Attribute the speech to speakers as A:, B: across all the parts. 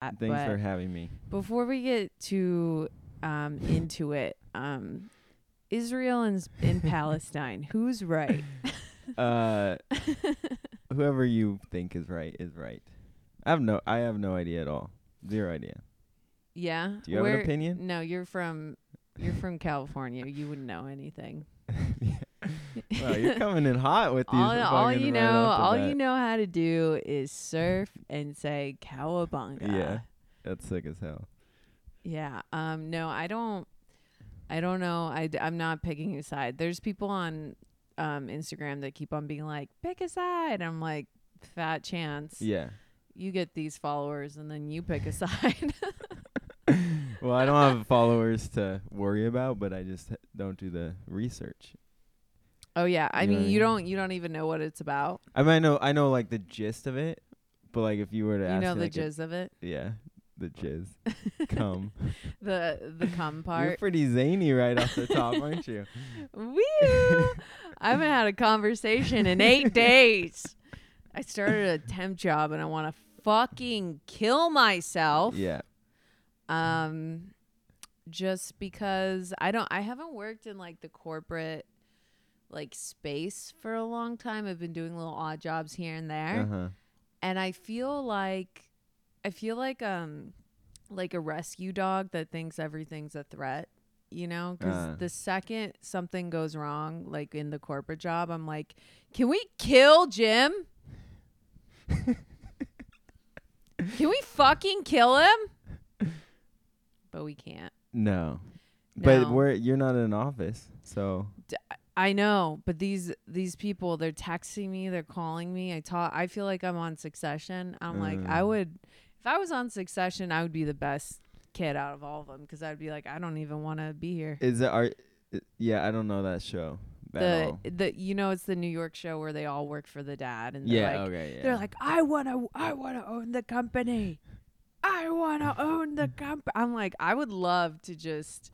A: I-
B: Thanks
A: Uh, but
B: for having me.
A: before we get too um, into it, um, Israel and, s- and Palestine, who's right?
B: Uh, whoever you think is right is right. I have no, I have no idea at all. Zero idea.
A: Yeah.
B: Do you have an
A: Where-
B: opinion?
A: No, you're from you're from California. You wouldn't know anything.
B: Wow, you're coming in hot with these.
A: all, all
B: fucking
A: you
B: right
A: know,
B: off the
A: all
B: bat.
A: you know how to do is surf and say cowabunga.
B: Yeah. That's sick as hell.
A: Yeah. Um. No, I don't. I don't know. I am not picking a side. There's people on um Instagram that keep on being like, pick a side. I'm like, fat chance.
B: Yeah.
A: You get these followers and then you pick a side.
B: Well, I don't have followers to worry about, but I just h- don't do the research.
A: oh yeah. I
B: You know
A: mean,
B: what I
A: you
B: mean?
A: don't you don't even know what it's about.
B: I mean, I know, I know, like the gist of it, but like if you were to
A: you
B: ask,
A: know
B: me,
A: the
B: like, if-
A: jizz of it,
B: yeah, the jizz, come.
A: the the cum
B: You're
A: part.
B: pretty zany right off the top, aren't you?
A: Woo! I haven't had a conversation in eight days. I started a temp job and I want to fucking kill myself.
B: Yeah.
A: Um, just because I don't, I haven't worked in like the corporate like space for a long time. I've been doing little odd jobs here and there,
B: Uh huh.
A: and I feel like, I feel like um, like a rescue dog that thinks everything's a threat. You know, because
B: Uh.
A: the second something goes wrong, like in the corporate job, I'm like, can we kill Jim? can we fucking kill him? But we can't.
B: No.
A: No.
B: But we're you're not in an office, so
A: I know, but these these people, they're texting me, they're calling me. I talk. I feel like I'm on Succession. I'm like, I
B: Mm.
A: would, if I was on Succession, I would be the best kid out of all of them because I'd be like, I don't even want to be here.
B: is it are i- yeah, I don't know that show at
A: The
B: all.
A: the you know, it's the New York show where they all work for the dad, and they're
B: Yeah,
A: like,
B: okay, yeah.
A: they're like, I wanna, I wanna own the company. I wanna own the company. I'm like, I would love to just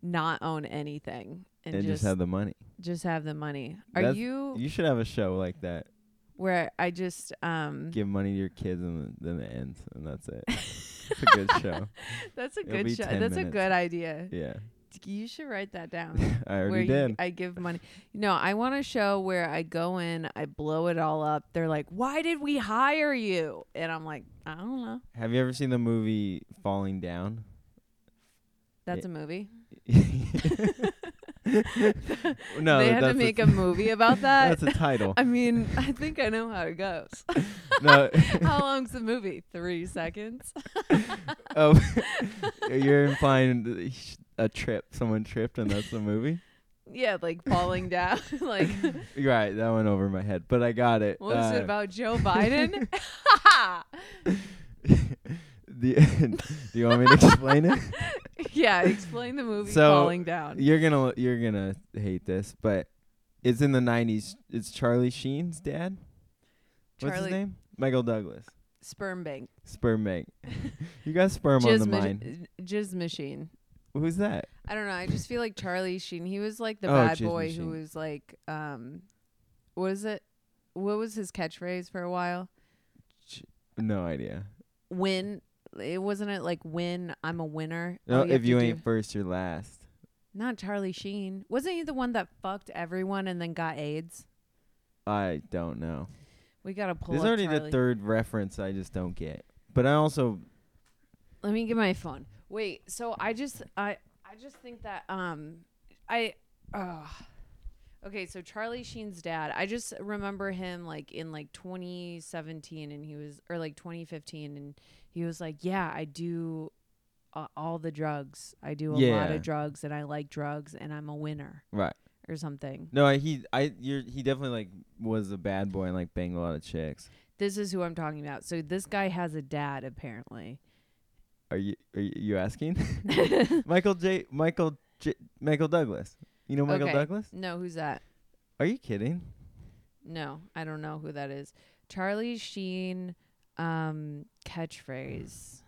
A: not own anything and,
B: and, just,
A: just
B: have the money.
A: just have the money. Are
B: That's-
A: you
B: You should have a show like that.
A: where I just um
B: Give money to your kids and then it ends and that's it. it's a good show.
A: that's a
B: it'll
A: good
B: be
A: show.
B: 10
A: That's a
B: minutes.
A: good idea.
B: Yeah.
A: You should write that down.
B: I
A: where
B: already
A: you,
B: did.
A: I give money. No, I want a show where I go in, I blow it all up. They're like, "Why did we hire you?" And I'm like, "I don't know.
B: Have you ever seen the movie Falling Down?
A: That's a movie."
B: no,
A: they
B: that-
A: had to
B: that's
A: make
B: a,
A: a movie about that.
B: that's a title.
A: I mean, I think I know how it goes.
B: no,
A: how long's the movie? Three seconds.
B: oh, you're implying th- sh- a trip. Someone tripped, and that's the movie.
A: Yeah, like falling down. like,
B: Right, that went over my head, but I got it.
A: what was
B: Uh,
A: it about Joe Biden?
B: the, do you want me to explain it?
A: yeah, explain the movie
B: So,
A: falling down.
B: You're gonna you're gonna hate this, but it's in the '90s. It's Charlie Sheen's dad. What's
A: Charlie
B: his name? Michael Douglas.
A: sperm bank.
B: Sperm bank. you got sperm on
A: Jizz,
B: the
A: mach-
B: mind.
A: jizz machine.
B: Who's that?
A: I don't know. I just feel like Charlie Sheen. He was like the
B: Oh,
A: bad
B: jizz
A: boy who
B: machine.
A: was like, um, what is it? What was his catchphrase for a while?
B: No idea.
A: Win. It wasn't it like win. I'm a winner.
B: No,
A: All have
B: Oh, if
A: to
B: you
A: do-
B: ain't first, you're last.
A: not Charlie Sheen. Wasn't he the one that fucked everyone and then got AIDS?
B: I don't know.
A: We gotta pull.
B: This is
A: up
B: already
A: Charlie.
B: the third reference I just don't get. But I also
A: Let me get my phone. Wait, so I just I I just think that um I uh Okay, so Charlie Sheen's dad, I just remember him like in like 2017 and he was or like 2015 and he was like, "Yeah, I do uh, all the drugs. I do a lot
B: Yeah.
A: of drugs and I like drugs and I'm a winner."
B: Right.
A: Or something.
B: no, I, he I you're he definitely like was a bad boy and like banged a lot of chicks.
A: This is who I'm talking about. So this guy has a dad apparently.
B: Are you are you- you asking? Michael J Michael J Michael Douglas. You know Michael
A: Okay.
B: Douglas?
A: no, who's that?
B: Are you kidding?
A: No, I don't know who that is. Charlie Sheen um catchphrase.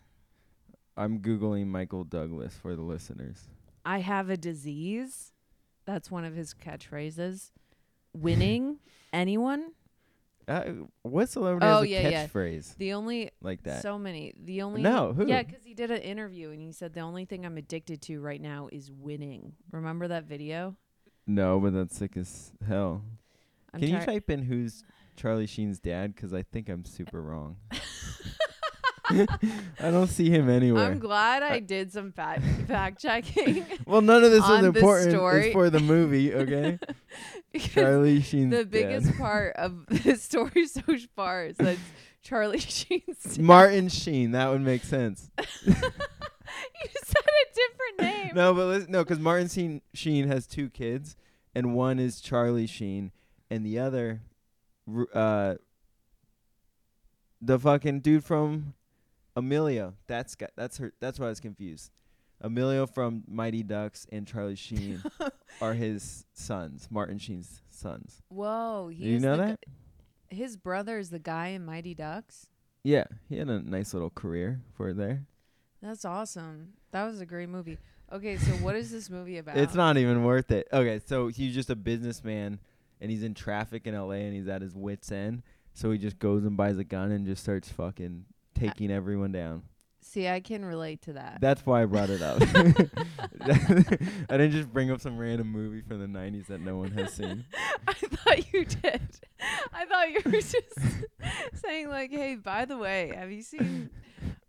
B: I'm googling Michael Douglas for the listeners.
A: I have a disease. That's one of his catchphrases. Winning anyone?
B: Uh, what celebrity
A: Oh,
B: has a
A: yeah, yeah.
B: catchphrase
A: The only
B: like that?
A: so many. The only
B: no, who?
A: Yeah, because he did an interview and he said the only thing I'm addicted to right now is winning. Remember that video?
B: No, but that's sick as hell.
A: I'm
B: Can you
A: tired-
B: type in who's Charlie Sheen's dad? Because I think I'm super wrong. I don't see him anywhere.
A: I'm glad I did some fact fact checking.
B: well, none of this is
A: on this
B: important.
A: story.
B: It's for the movie, okay?
A: because
B: Charlie Sheen's
A: the
B: dad.
A: biggest part of the story so far is that Charlie Sheen's.
B: Martin Sheen. That would make sense.
A: you said a different name.
B: No, but listen, no, because Martin Sheen, Sheen has two kids, and one is Charlie Sheen, and the other, r- uh, the fucking dude from Emilio. That's got, that's her. That's why I was confused. Emilio from Mighty Ducks and Charlie Sheen are his sons. Martin Sheen's sons.
A: Whoa,
B: Do you
A: is
B: know
A: the
B: that?
A: gu- his brother is the guy in Mighty Ducks.
B: Yeah, he had a nice little career for there.
A: That's awesome. That was a great movie. Okay, so what is this movie about?
B: It's not even worth it. Okay, so he's just a businessman and he's in traffic in LA and he's at his wits end. So he just goes and buys a gun and just starts fucking taking everyone down.
A: See, I can relate to that.
B: That's why I brought it up. I didn't just bring up some random movie from the 90s that no one has seen.
A: I thought you did. I thought you were just saying like, "Hey, by the way, have you seen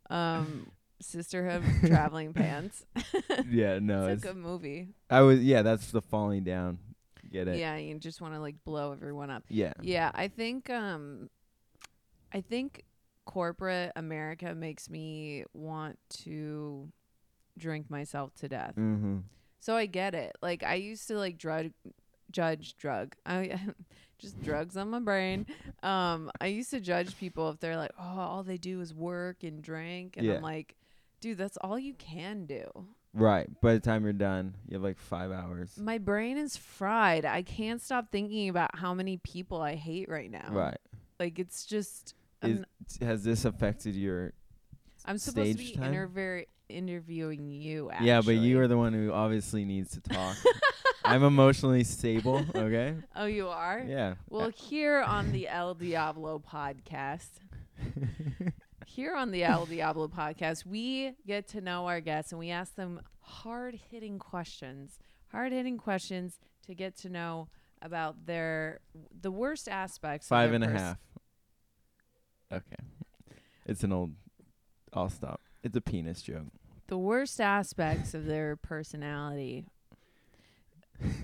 A: um Sisterhood of Traveling Pants?"
B: Yeah, no.
A: it's
B: It's
A: a good movie.
B: I was yeah, that's the falling down. Get it?
A: Yeah, you just want to like blow everyone up.
B: Yeah.
A: Yeah, I think um I think corporate America makes me want to drink myself to death.
B: Mhm.
A: So I get it. Like I used to like drug judge drug. I just drugs on my brain. Um I used to judge people if they're like, "Oh, all they do is work and drink." And
B: Yeah.
A: I'm like, "Dude, that's all you can do.
B: Right. By the time you're done, you have like 5 hours.
A: My brain is fried. I can't stop thinking about how many people I hate right now."
B: Right.
A: Like it's just I'm,
B: Is, has this affected your
A: I'm supposed to
B: stage
A: be
B: time?
A: interver- interviewing you actually.
B: Yeah, but you are the one who obviously needs to talk. I'm emotionally stable, okay?
A: Oh, you are?
B: Yeah.
A: Well, here on the El Diablo podcast, here on the El Diablo podcast, we get to know our guests and we ask them hard hitting questions, hard hitting questions to get to know about their the worst aspects.
B: Five
A: of
B: and
A: their
B: a
A: pers-
B: half. Okay. It's an old I'll stop. It's a penis joke.
A: The worst aspects of their personality.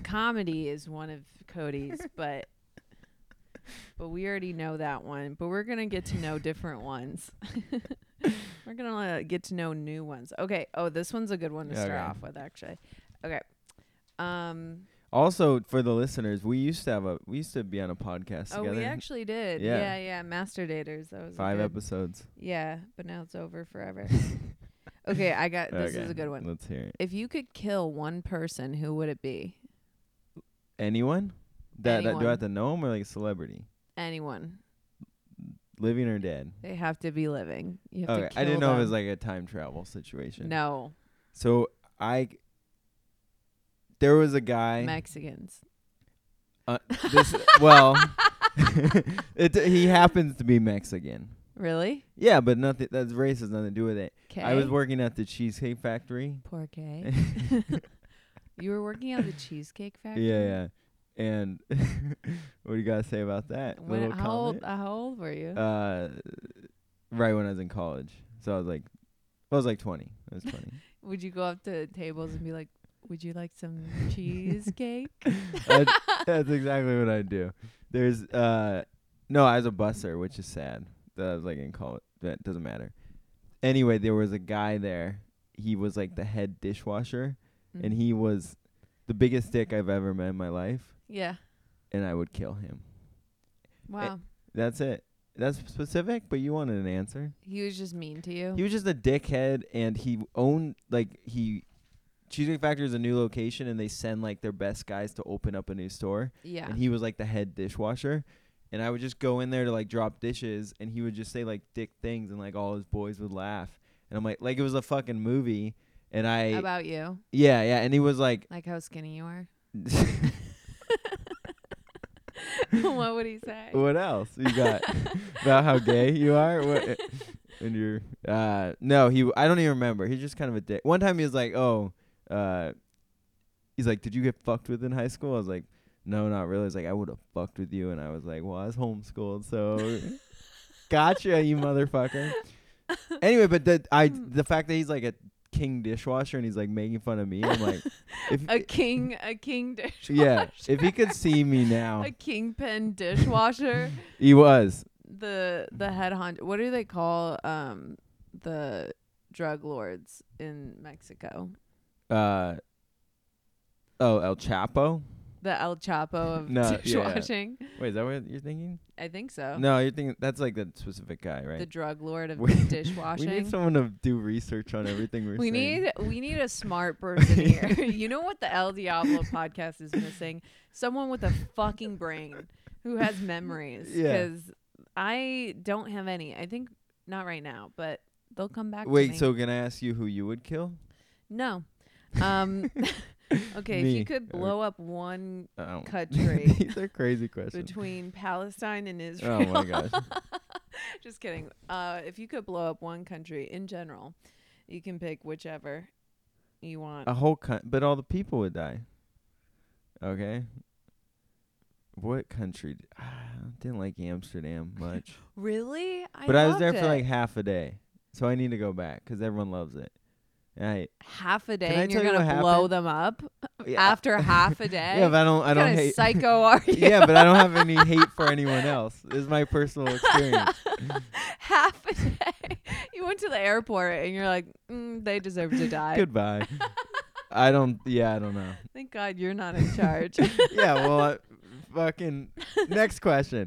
A: Comedy is one of Cody's, but but we already know that one. But we're gonna get to know different ones. we're gonna uh, get to know new ones. Okay. Oh, this one's a good one to start
B: Okay.
A: off with, actually. Okay. Um.
B: Also, for the listeners, we used to have a we used to be on a podcast
A: Oh,
B: together.
A: we actually did.
B: Yeah.
A: Yeah. yeah. Master daters. That was a
B: Five
A: good-
B: episodes.
A: Yeah, but now it's over forever. okay, I got Uh, this. Is
B: Okay,
A: a good one.
B: Let's hear it.
A: If you could kill one person, who would it be?
B: Anyone? That, that do I
A: Anyone.
B: have to know him or like a celebrity?
A: Anyone.
B: Living or dead?
A: They have to be living. You have to
B: Okay.
A: kill
B: I didn't know
A: them.
B: it was like a time travel situation.
A: no
B: So I there was a guy
A: Mexicans.
B: uh, this well it, he happens to be Mexican.
A: Really?
B: Yeah, but nothing that's race has nothing to do with it.
A: Okay.
B: I was working at the cheesecake factory.
A: poor K.
B: yeah,
A: you were working at the cheesecake factory.
B: yeah. And what do you got to say about that?
A: When,
B: Little
A: how old?
B: comment?
A: How old were you?
B: Uh right when I was in college. So I was like I was like 20. I was 20.
A: would you go up to tables and be like, "Would you like some cheesecake?"
B: that's, that's exactly what I do. There's uh no, I was a busser, which is sad. That I was like in college. That doesn't matter. Anyway, there was a guy there. He was like the head dishwasher, and
A: Mm-hmm.
B: he was the biggest dick I've ever met in my life,
A: Yeah.
B: and I would kill him.
A: Wow.
B: That's it. That's specific, but you wanted an answer.
A: he was just mean to you.
B: He was just a dickhead, and he owned like he. Cheesecake Factory is a new location, and they send like their best guys to open up a new store.
A: yeah.
B: and he was like the head dishwasher and i would just go in there to like drop dishes and he would just say like dick things and like all his boys would laugh and i'm like like it was a fucking movie and i
A: About you,
B: yeah yeah and he was like
A: like how skinny you are. what would he say?
B: what else you got about how gay you are? What, and you're uh, no, he. I don't even remember. He's just kind of a dick. One time he was like, oh, uh, he's like, did you get fucked with in high school? I was like, no, not really. He's like, I would have fucked with you, and I was like, well, I was homeschooled, so gotcha, you motherfucker. Anyway, but the I the fact that he's like a king dishwasher and he's like making fun of me, I'm like, if
A: a king, a king dishwasher.
B: yeah, if he could see me now,
A: a kingpin dishwasher.
B: he was.
A: the the head honcho. What do they call um the drug lords in Mexico?
B: Uh, oh, El Chapo.
A: The El Chapo of
B: No, yeah, yeah.
A: dishwashing.
B: Wait, is that what you're thinking?
A: I think so.
B: No, you're thinking that's like the specific guy,
A: The
B: right?
A: drug lord of
B: We-
A: dishwashing.
B: we need someone to do research on everything we're
A: we
B: saying.
A: need we need a smart person here. you know what the El Diablo podcast is missing? Someone with a fucking brain who has memories.
B: Yeah.
A: Because I don't have any. I think not right now, but they'll come back. to
B: Wait,
A: me.
B: so can I ask you who you would kill?
A: no. Um, okay, if
B: Me.
A: you could blow up one
B: I don't-
A: Country.
B: These are crazy questions.
A: between Palestine and
B: Oh
A: Israel.
B: my gosh.
A: Just kidding. Uh, if you could blow up one country in general, you can pick whichever you want.
B: A whole country, but all the people would die. Okay. What country? d- I didn't like Amsterdam much,
A: Really? I
B: but I was there
A: loved
B: for
A: it.
B: like half a day, so I need to go back 'cause everyone loves it. And I,
A: half a day,
B: I
A: and you're
B: tell you
A: gonna
B: what
A: blow
B: happened?
A: them up
B: Yeah,
A: after half a day.
B: yeah, but I don't, I
A: what
B: don't
A: kind of
B: hate.
A: psycho are you?
B: yeah, but I don't have any hate for anyone else. This is my personal experience.
A: half a day. You went to the airport and you're like, mm, they deserve to die.
B: Goodbye. I don't. Yeah, I don't know.
A: Thank God you're not in charge.
B: Yeah, well, I, fucking. Next question.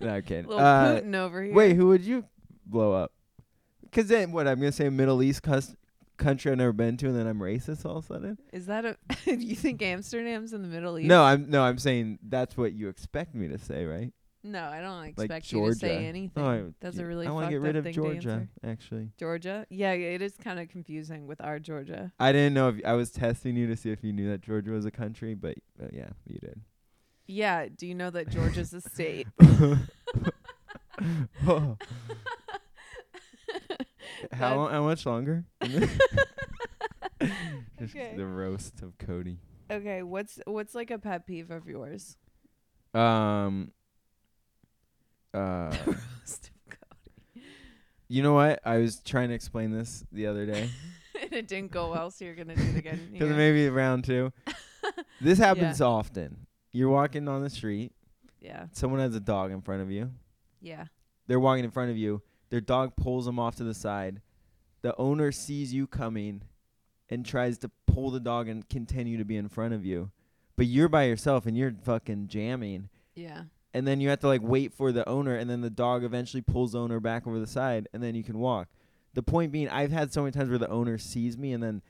B: No kidding.
A: Little
B: Uh,
A: Putin over here.
B: wait, who would you blow up? Because then what? I'm gonna say Middle East cus- country I've never been to, and then I'm racist all of a sudden.
A: Is that a? you think Amsterdam's in the Middle East?
B: No, I'm no, I'm saying that's what you expect me to say, right?
A: No, I don't expect
B: Like
A: you
B: Georgia.
A: to say anything.
B: Oh, I-
A: That's a really
B: I wanna
A: fucked
B: get rid
A: up
B: of
A: thing to
B: Georgia.
A: answer.
B: Actually,
A: Georgia? Yeah, yeah, it is kind of confusing with our Georgia.
B: I didn't know if I was testing you to see if you knew that Georgia was a country, but uh, yeah, you did.
A: Yeah, do you know that Georgia's a state?
B: Oh. How,
A: That-
B: long, how much longer? Just
A: Okay.
B: The roast of Cody.
A: Okay, what's what's like a pet peeve of yours?
B: Um. Uh,
A: Roast of
B: you know what? I was trying to explain this the other day
A: co- and it didn't go well, so you're gonna do it again.
B: because
A: here.
B: maybe round two. This happens often. You're walking on the street.
A: yeah,
B: Someone has a dog in front of you.
A: yeah.
B: they're walking in front of you. Their dog pulls them off to the side. The owner sees you coming and tries to pull the dog and continue to be in front of you. But you're by yourself and you're fucking jamming.
A: Yeah.
B: And then you have to like wait for the owner and then the dog eventually pulls the owner back over the side and then you can walk. The point being I've had so many times where the owner sees me and then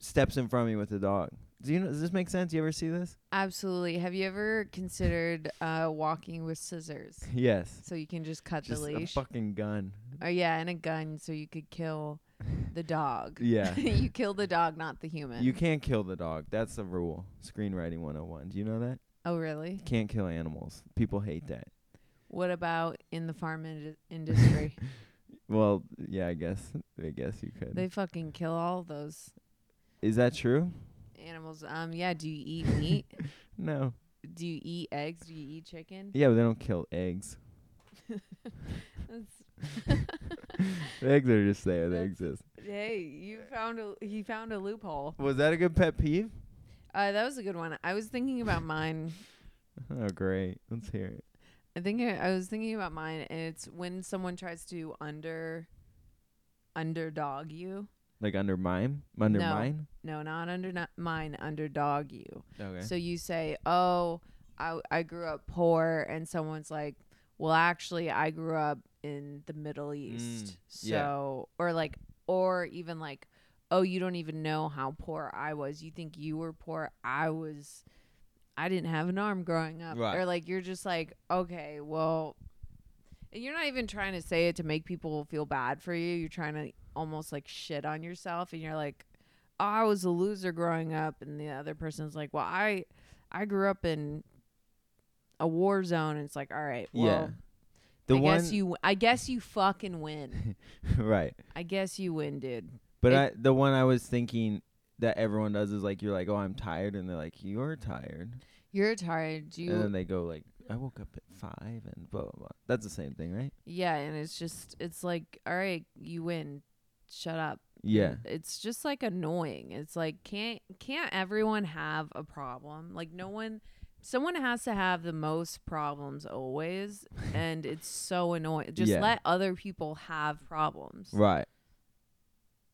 B: steps in front of me with the dog. Do you know does this make sense? You ever see this?
A: Absolutely. Have you ever considered uh walking with scissors?
B: Yes.
A: So you can just cut
B: Just
A: the
B: a
A: leash.
B: fucking gun.
A: Oh yeah, and a gun so you could kill the dog.
B: Yeah.
A: you kill the dog, not the human.
B: You can't kill the dog. That's the rule. Screenwriting 101. Do you know that?
A: oh really?
B: You can't kill animals. People hate that.
A: What about in the farm in- industry?
B: Well, yeah, I guess. I guess you could.
A: they fucking kill all those
B: Is that true?
A: animals. Um, yeah. Do you eat meat?
B: No.
A: do you eat eggs? Do you eat chicken?
B: Yeah, but they don't kill eggs.
A: That's-
B: The eggs are just there. They
A: That's-
B: exist.
A: hey, you found a he found a loophole.
B: Was that a good pet peeve?
A: Uh, that was a good one. I was thinking about mine.
B: Oh, great. Let's hear it.
A: I think I, I was thinking about mine, and it's when someone tries to under underdog you.
B: Like under mime? Under
A: No.
B: mine?
A: No, not under mine. Underdog you.
B: Okay.
A: So you say, "Oh, I I grew up poor," and someone's like, "Well, actually, I grew up in the Middle East."
B: Mm, yeah.
A: so, or like, or even like, "Oh, you don't even know how poor I was. You think you were poor? I was. I didn't have an arm growing up."
B: Right.
A: Or like, you're just like, "Okay, well," and you're not even trying to say it to make people feel bad for you. You're trying to almost like shit on yourself, and you're like oh, I was a loser growing up, and the other person's like, well, I, I grew up in a war zone, and it's like, all right, well,
B: Yeah. The
A: I
B: one,
A: guess you, I guess you fucking win.
B: right?
A: I guess you win, dude.
B: But
A: It-
B: I, the one I was thinking that everyone does is like you're like, oh, I'm tired, and they're like, you're tired,
A: You're tired. Do You,
B: and then they go like, I woke up at five, and blah blah blah. That's the same thing, right?
A: yeah, and it's just, it's like, all right, you win. Shut up.
B: Yeah,
A: And It's just like annoying. It's like can't can't everyone have a problem? Like no one someone has to have the most problems always and it's so annoying. Just
B: Yeah.
A: let other people have problems.
B: right.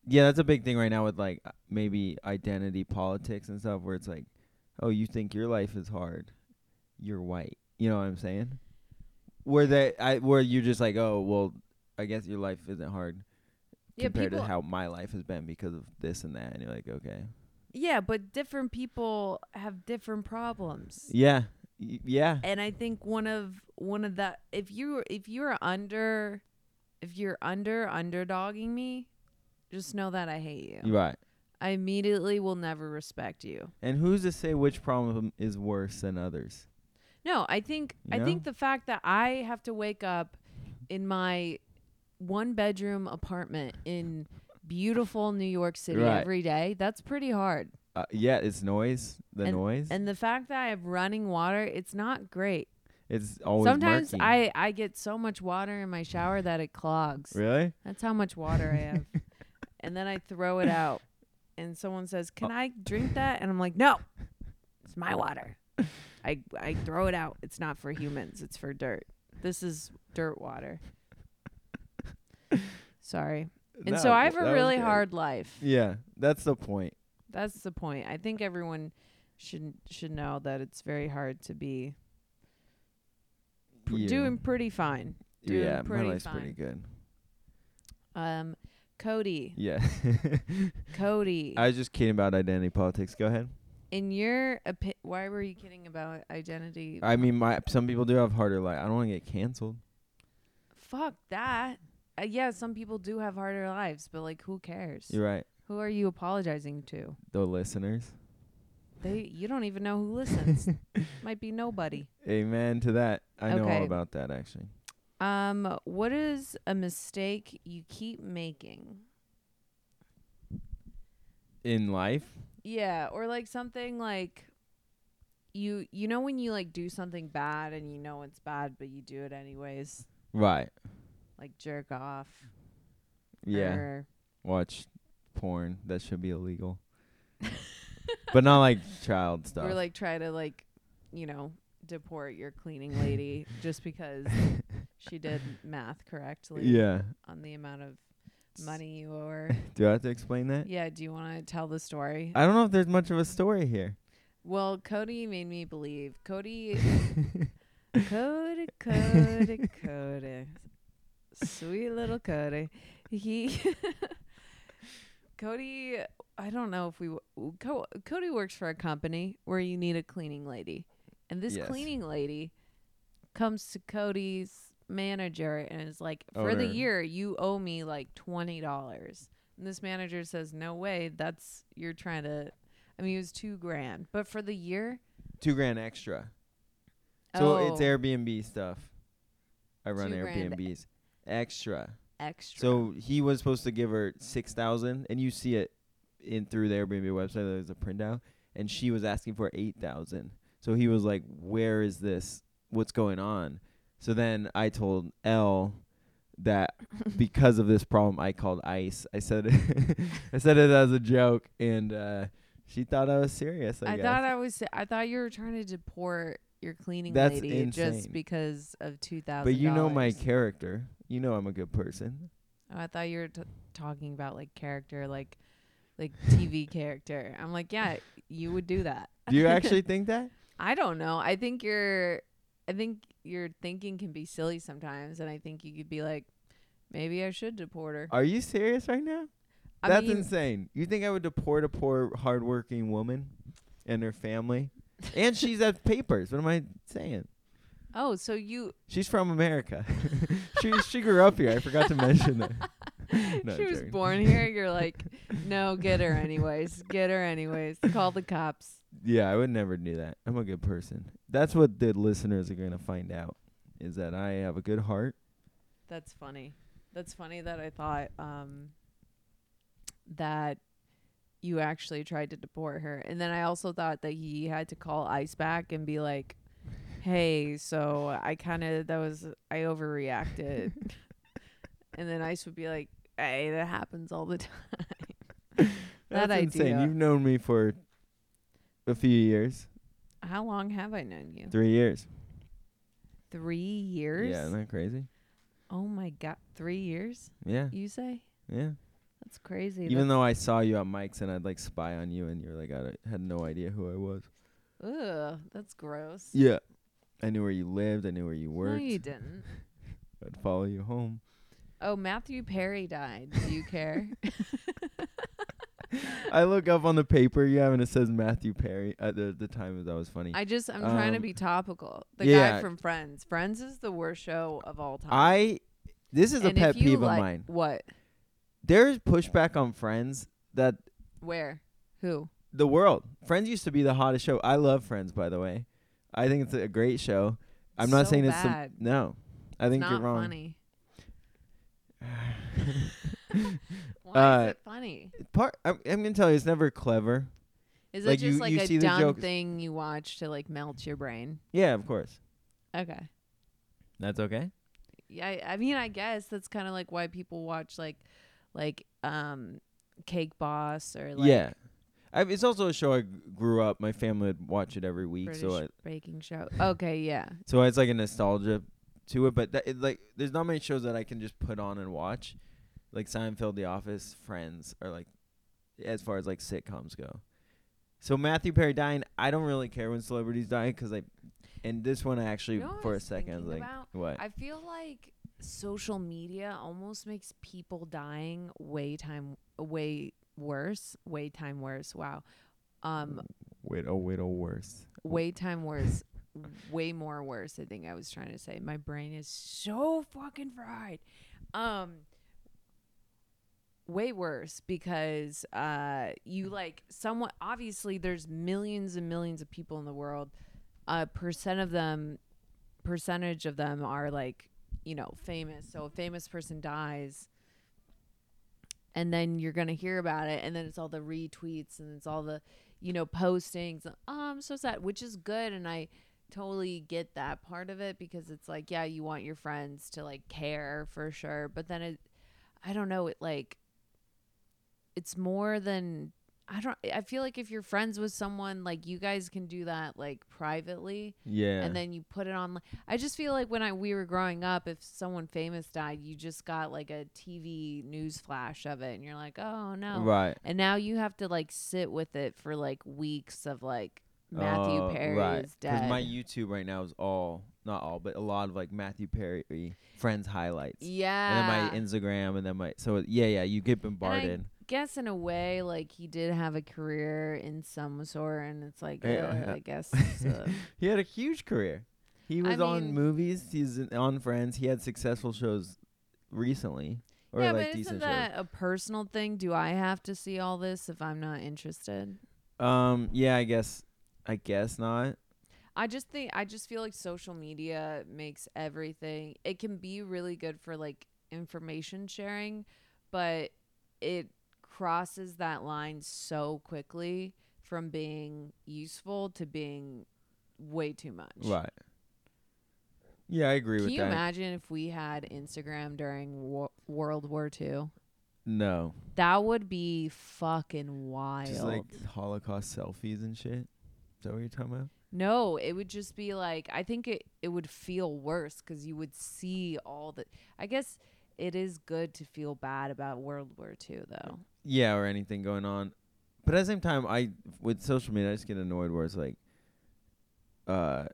B: Yeah, that's a big thing right now with like uh, maybe identity politics and stuff, where it's like, oh, you think your life is hard, you're white. You know what I'm saying? Where that I where you're just like, oh, well, I guess your life isn't hard
A: Yeah,
B: compared
A: people
B: to how my life has been because of this and that, and you're like, okay.
A: Yeah, but different people have different problems.
B: Yeah. Y- Yeah.
A: And I think one of one of the if you if you're under if you're under underdogging me, just know that I hate you.
B: You're right.
A: I immediately will never respect you.
B: And who's to say which problem is worse than others?
A: No, I think I
B: You
A: think
B: know?
A: the fact that I have to wake up in my one bedroom apartment in beautiful New York City
B: Right.
A: every day, that's pretty hard.
B: Uh, yeah, it's noise. The noise.
A: And the fact that I have running water, it's not great.
B: it's always
A: Sometimes
B: murky.
A: I I get so much water in my shower that it clogs.
B: really.
A: That's how much water I have. and then I throw it out and someone says,
B: Oh.
A: "Can I drink that?" and I'm like, "No. It's my water." I I throw it out. It's not for humans. It's for dirt. This is dirt water. Sorry. And so
B: No,
A: I have
B: that
A: a
B: was
A: really
B: good.
A: hard life.
B: Yeah, that's the point.
A: That's the point. I think everyone should should know that it's very hard to be pr-
B: You.
A: doing pretty fine. doing
B: yeah,
A: pretty
B: my life's
A: fine.
B: pretty good.
A: Um Cody,
B: Yeah.
A: Cody.
B: I was just kidding about identity politics. Go ahead.
A: In your opi- why were you kidding about identity?
B: I mean, my some people do have harder life. I don't want to get canceled.
A: Fuck that. Uh, yeah, some people do have harder lives, but like, who cares?
B: You're right.
A: who are you apologizing to?
B: The listeners.
A: They, you don't even know who listens. Might be nobody.
B: Amen to that. I know all
A: Okay.
B: about that actually.
A: Um, what is a mistake you keep making?
B: In life,
A: Yeah, or like something like you you know when you like do something bad and you know it's bad but you do it anyways,
B: right?
A: like jerk off.
B: Yeah.
A: or-
B: watch porn that should be illegal. but not like child stuff.
A: Or like try to like, you know, deport your cleaning lady just because she did math correctly
B: yeah.
A: on the amount of money you owe her.
B: Do I have to explain that?
A: yeah, do you want to tell the story?
B: I don't know if there's much of a story here.
A: well, Cody made me believe. Cody Cody Cody Cody. Sweet little Cody. He Cody I don't know if we w- Co- Cody works for a company where you need a cleaning lady. And this
B: Yes.
A: cleaning lady comes to Cody's manager and is like, "For the
B: Owner.
A: year, you owe me like $20." And this manager says, "No way. That's you're trying to I mean, it was 2 grand, but for the year?"
B: Two grand extra. So it's
A: Oh,
B: Airbnb stuff. I run
A: Two grand
B: Airbnbs. Extra.
A: extra.
B: So he was supposed to give her six thousand and you see it in through the Airbnb website there's a printout and she was asking for eight thousand. So he was like, Where is this? What's going on? So then I told L that because of this problem I called ICE. I said it I said it as a joke and uh she thought I was serious, I,
A: I
B: guess.
A: thought I was. I thought you were trying to deport your cleaning
B: That's
A: lady just
B: insane.
A: because of two thousand.
B: but you know my character. You know I'm a good person.
A: Oh, I thought you were t- talking about like character, like like TV character. I'm like, yeah, you would do that.
B: Do you actually think that?
A: I don't know. I think your I think your thinking can be silly sometimes, and I think you could be like, maybe I should deport her.
B: Are you serious right now?
A: I
B: That's
A: mean,
B: insane. You think I would deport a poor, hardworking woman and her family? And she's at papers. What am I saying?
A: oh, so you
B: She's from America. she she grew up here. I forgot to mention that. No,
A: she
B: I'm
A: was
B: joking.
A: born here. You're like, no, get her anyways. Get her anyways. Call the cops.
B: Yeah, I would never do that. I'm a good person. That's what the listeners are going to find out is that I have a good heart.
A: That's funny. That's funny that I thought um, that you actually tried to deport her. And then I also thought that he had to call ICE back and be like, hey, so I kind of, that was, I overreacted. and then ICE would be like, hey, that happens all the time.
B: That's
A: That
B: insane.
A: idea.
B: You've known me for a few years.
A: How long have I known you?
B: Three years.
A: Three years?
B: Yeah, isn't that crazy?
A: Oh my God. Three years,
B: Yeah.
A: you say?
B: Yeah.
A: That's crazy.
B: Even though I saw you at Mike's and I'd like spy on you and you were like, I don't- had no idea who I was.
A: though, ugh, that's gross.
B: Yeah. I knew where you lived. I knew where you worked.
A: No, you didn't.
B: I'd follow you home.
A: Oh, Matthew Perry died. Do you care?
B: I look up on the paper you have and it says Matthew Perry. At the, the time that was funny.
A: I just I'm trying to
B: Um,
A: be topical. The
B: yeah.
A: guy from Friends. Friends is the worst show of all time.
B: I this is
A: and
B: a pet
A: if you
B: peeve
A: like,
B: of mine.
A: What?
B: There's pushback on Friends that
A: Where? Who?
B: the world Friends used to be the hottest show. I love Friends, by the way. I think it's a great show. I'm not
A: So
B: saying it's
A: bad.
B: the, no. I think
A: it's
B: you're
A: not
B: wrong.
A: funny. Why
B: Uh,
A: is it funny?
B: Part I'm, I'm gonna tell you, it's never clever.
A: Is
B: like,
A: it just
B: you-
A: like
B: you see
A: a
B: the
A: dumb
B: jokes.
A: thing you watch to like melt your brain?
B: Yeah, of course.
A: Okay.
B: That's okay.
A: Yeah, I, I mean, I guess that's kind of like why people watch like, like, um, Cake Boss or like
B: yeah, I, it's also a show I g- grew up. My family would watch it every week,
A: British
B: so I,
A: baking show. Okay, yeah,
B: so it's like a nostalgia to it. But that, it, like, there's not many shows that I can just put on and watch, like Seinfeld, The Office, Friends, or like as far as like sitcoms go. So Matthew Perry dying, I don't really care when celebrities die because I, and this one I actually
A: know what I
B: for a
A: was
B: second I was like,
A: thinking about?
B: what?
A: I feel like social media almost makes people dying way time way worse, way time worse. Wow. Um
B: wait, oh wait, oh worse.
A: way time worse, way more worse, I think I was trying to say. My brain is so fucking fried. Um way worse because uh you like somewhat obviously there's millions and millions of people in the world. A percent of them percentage of them are like, you know, famous. So a famous person dies and then you're gonna hear about it and then it's all the retweets and it's all the you know postings oh i'm so sad which is good and i totally get that part of it because it's like yeah you want your friends to like care for sure but then it i don't know it like it's more than i don't i feel like if you're friends with someone like you guys can do that like privately
B: Yeah,
A: and then you put it on i just feel like when i we were growing up if someone famous died you just got like a tv news flash of it and you're like oh no
B: right.
A: and now you have to like sit with it for like weeks of like matthew
B: Oh,
A: perry
B: right.
A: is dead
B: my YouTube right now is all, not all, but a lot of like Matthew Perry friends highlights.
A: yeah
B: And then my Instagram, and then my so yeah, yeah, you get bombarded.
A: guess in a way like he did have a career in some sort and it's like
B: Yeah,
A: ugh,
B: yeah.
A: i guess uh,
B: He had a huge career. He
A: I
B: was on
A: mean-
B: movies. He's in- on Friends. He had successful shows recently, or
A: yeah
B: like
A: but isn't
B: decent
A: that a personal thing do i have to see all this if i'm not interested
B: shows. Um, yeah, I guess, I guess not.
A: I just think I just feel like social media makes everything. It can be really good for like information sharing, but it crosses that line so quickly from being useful to being way too much.
B: Right. Yeah, I agree
A: Can
B: with
A: you
B: that.
A: imagine if we had Instagram during wo- World War II?
B: no,
A: That would be fucking wild.
B: just like Holocaust selfies and shit. Is that what you're talking about?
A: No, it would just be like I think it it would feel worse because you would see all the. I guess it is good to feel bad about World War II though.
B: yeah, or anything going on. But at the same time, I with social media, I just get annoyed where it's like, uh,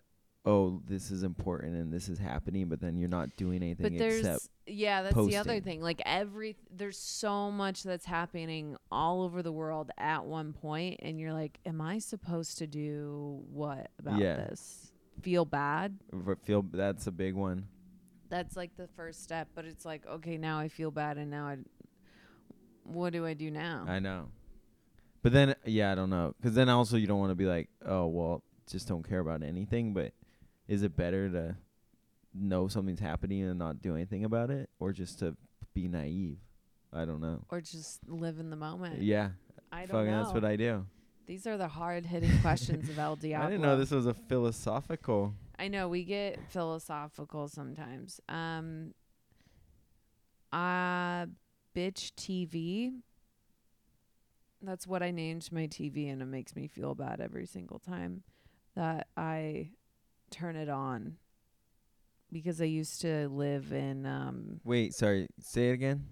B: oh, this is important and this is happening, but then you're not doing anything
A: But there's
B: except
A: yeah, that's the other
B: posting.
A: thing. Like every there's so much that's happening all over the world at one point, and you're like, am I supposed to do what about
B: Yeah.
A: this? Feel bad?
B: r- feel. That's a big one.
A: That's like the first step, but it's like Oh. okay, now I feel bad, and now I. What do I do now?
B: I know. But then, yeah, I don't know, because then also you don't want to be like, oh well, just don't care about anything. But is it better to know something's happening and not do anything about it, or just to be naive? I don't know.
A: or just live in the moment.
B: Yeah,
A: Uh, I don't
B: fucking,
A: know.
B: that's what I do.
A: These are the hard hitting questions of El Diablo.
B: I didn't know this was a philosophical.
A: I know we get philosophical sometimes. Um uh bitch TV. That's what I named my TV and it makes me feel bad every single time that I turn it on. Because I used to live in um
B: Wait, sorry, say it again.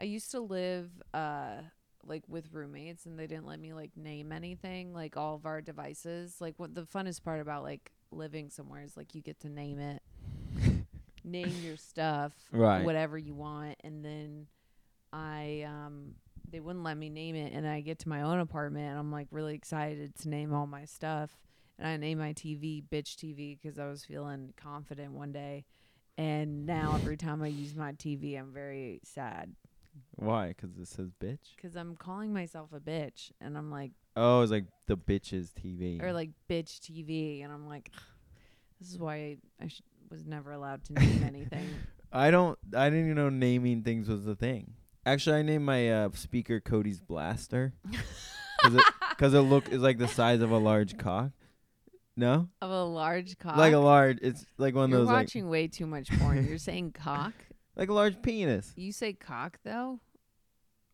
A: I used to live uh like with roommates and they didn't let me like name anything like all of our devices like what the funnest part about like living somewhere is like you get to name it name your stuff
B: Right.
A: whatever you want and then I um they wouldn't let me name it and I get to my own apartment and I'm like really excited to name all my stuff and I named my TV bitch TV cuz I was feeling confident one day and now every time I use my TV I'm very sad
B: Why? Because it says bitch.
A: because I'm calling myself a bitch, and I'm like,
B: Oh, it's like the bitches TV.
A: or like bitch TV, and I'm like, this is why I sh- was never allowed to name anything.
B: I don't. I didn't even know naming things was a thing. Actually, I named my uh, speaker Cody's Blaster because it, 'cause it look is like the size of a large cock. No,
A: Of a large cock.
B: like a large. It's like one
A: You're
B: of those like,
A: watching way too much porn. You're saying cock.
B: like a large penis.
A: You say cock though.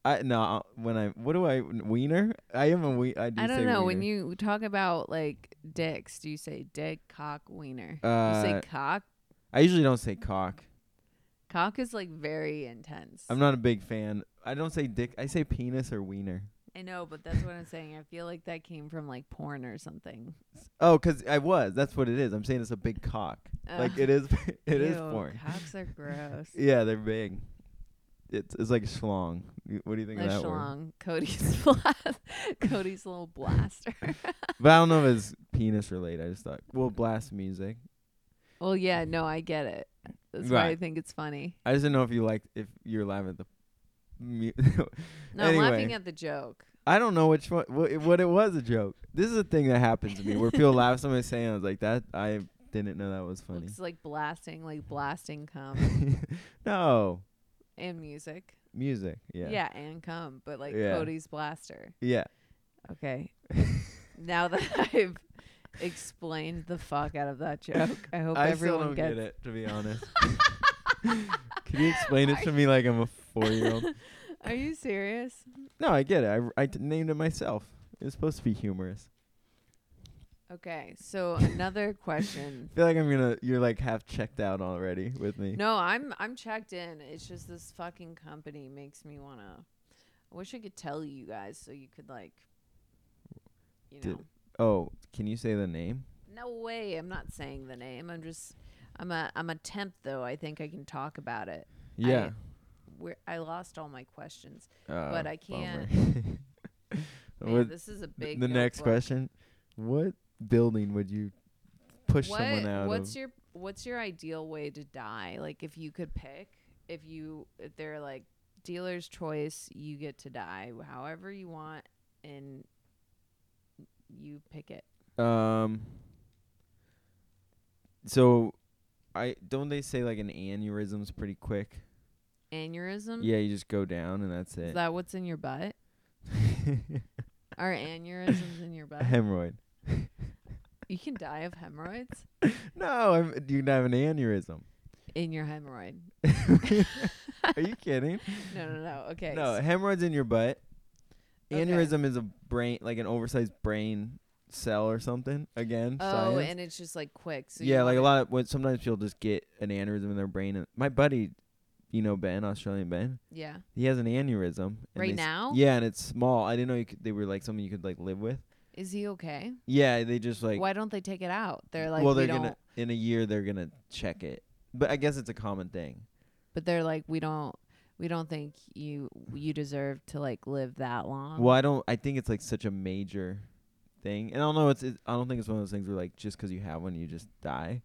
B: I no. When I what do I wiener? I am a we. I, do
A: I
B: say
A: don't know. When
B: wiener.
A: you talk about like dicks, do you say dick, cock, wiener? you
B: Uh,
A: say cock.
B: I usually don't say cock.
A: Cock is like very intense.
B: I'm not a big fan. I don't say dick. I say penis or wiener.
A: I know, but that's what I'm saying. I feel like that came from like porn or something.
B: Oh, 'cause I was. That's what it is. I'm saying it's a big cock. Like
A: Ugh.
B: it is. It is
A: Ew,
B: porn.
A: Cocks are gross.
B: Yeah, they're big. It's it's like schlong. Y- What do you think
A: No
B: of that word?
A: schlong. Cody's blast. Cody's little blaster.
B: But I don't know if it's penis related. I just thought, well, blast music.
A: well, yeah, no, I get it. That's why I
B: Right.
A: think it's funny.
B: I just didn't know if you liked if you're laughing at the. Mu-
A: No,
B: Anyway.
A: I'm laughing at the joke.
B: I don't know which one what, what it was a joke. This is a thing that happened to me where people laugh at something saying I was like that. I didn't know that was funny.
A: Looks like blasting, like blasting cum
B: no
A: and music.
B: music. Yeah.
A: Yeah. and cum, but like
B: Yeah.
A: Cody's blaster.
B: Yeah.
A: Okay. now that I've explained the fuck out of that joke, I hope
B: I still
A: everyone
B: don't
A: gets
B: get it to be honest. Can you explain it to me like I'm a four year old?
A: Are you serious?
B: No, I get it. I, I t- named it myself. It was supposed to be humorous.
A: Okay, so another question.
B: I feel like I'm gonna. You're like half checked out already with me.
A: No, I'm I'm checked in. It's just this fucking company makes me wanna. I wish I could tell you guys so you could like. You know,
B: Did- Oh, can you say the name?
A: no way. I'm not saying the name. I'm just. I'm a I'm a temp though. I think I can talk about it.
B: Yeah.
A: Where I lost all my questions.
B: uh,
A: but I can't-
B: bummer.
A: Man,
B: What-
A: this is a
B: th-
A: big.
B: the next
A: notebook.
B: question: What building would you push
A: What
B: someone out
A: what's
B: of?
A: your what's your ideal way to die? Like if you could pick, if you if they're like dealer's choice, you get to die however you want, and you pick it.
B: um. So, I don't they say like an aneurysm's pretty quick?
A: aneurysm.
B: Yeah, you just go down and that's
A: Is
B: it.
A: that what's in your butt? Are aneurysms in your butt?
B: Hemorrhoid.
A: You can die of hemorrhoids
B: No, I'm, you can have an aneurysm.
A: in your hemorrhoid.
B: Are you kidding?
A: No, no, no. Okay.
B: No,
A: s-
B: hemorrhoids in your butt.
A: Okay.
B: Aneurysm is a brain, like an oversized brain cell or something. Again,
A: Oh,
B: science.
A: and it's just like quick. So you
B: yeah, like a
A: wanna-
B: lot of when sometimes people just get an aneurysm in their brain. And my buddy, you know Ben, Australian Ben,
A: Yeah.
B: he has an aneurysm and
A: Right
B: they s-
A: now?
B: Yeah, and it's small. I didn't know you could, they were like something you could like live with.
A: Is he okay?
B: Yeah, they just like.
A: Why don't they take it out? They're like,
B: well,
A: we
B: they're
A: don't.
B: gonna in a year they're gonna check it, but I guess it's a common thing.
A: But they're like, we don't. We don't think you you deserve to like live that long.
B: Well, I don't. I think it's like such a major thing, and I don't know. It's. It, I don't think it's one of those things where like just 'cause you have one, you just die.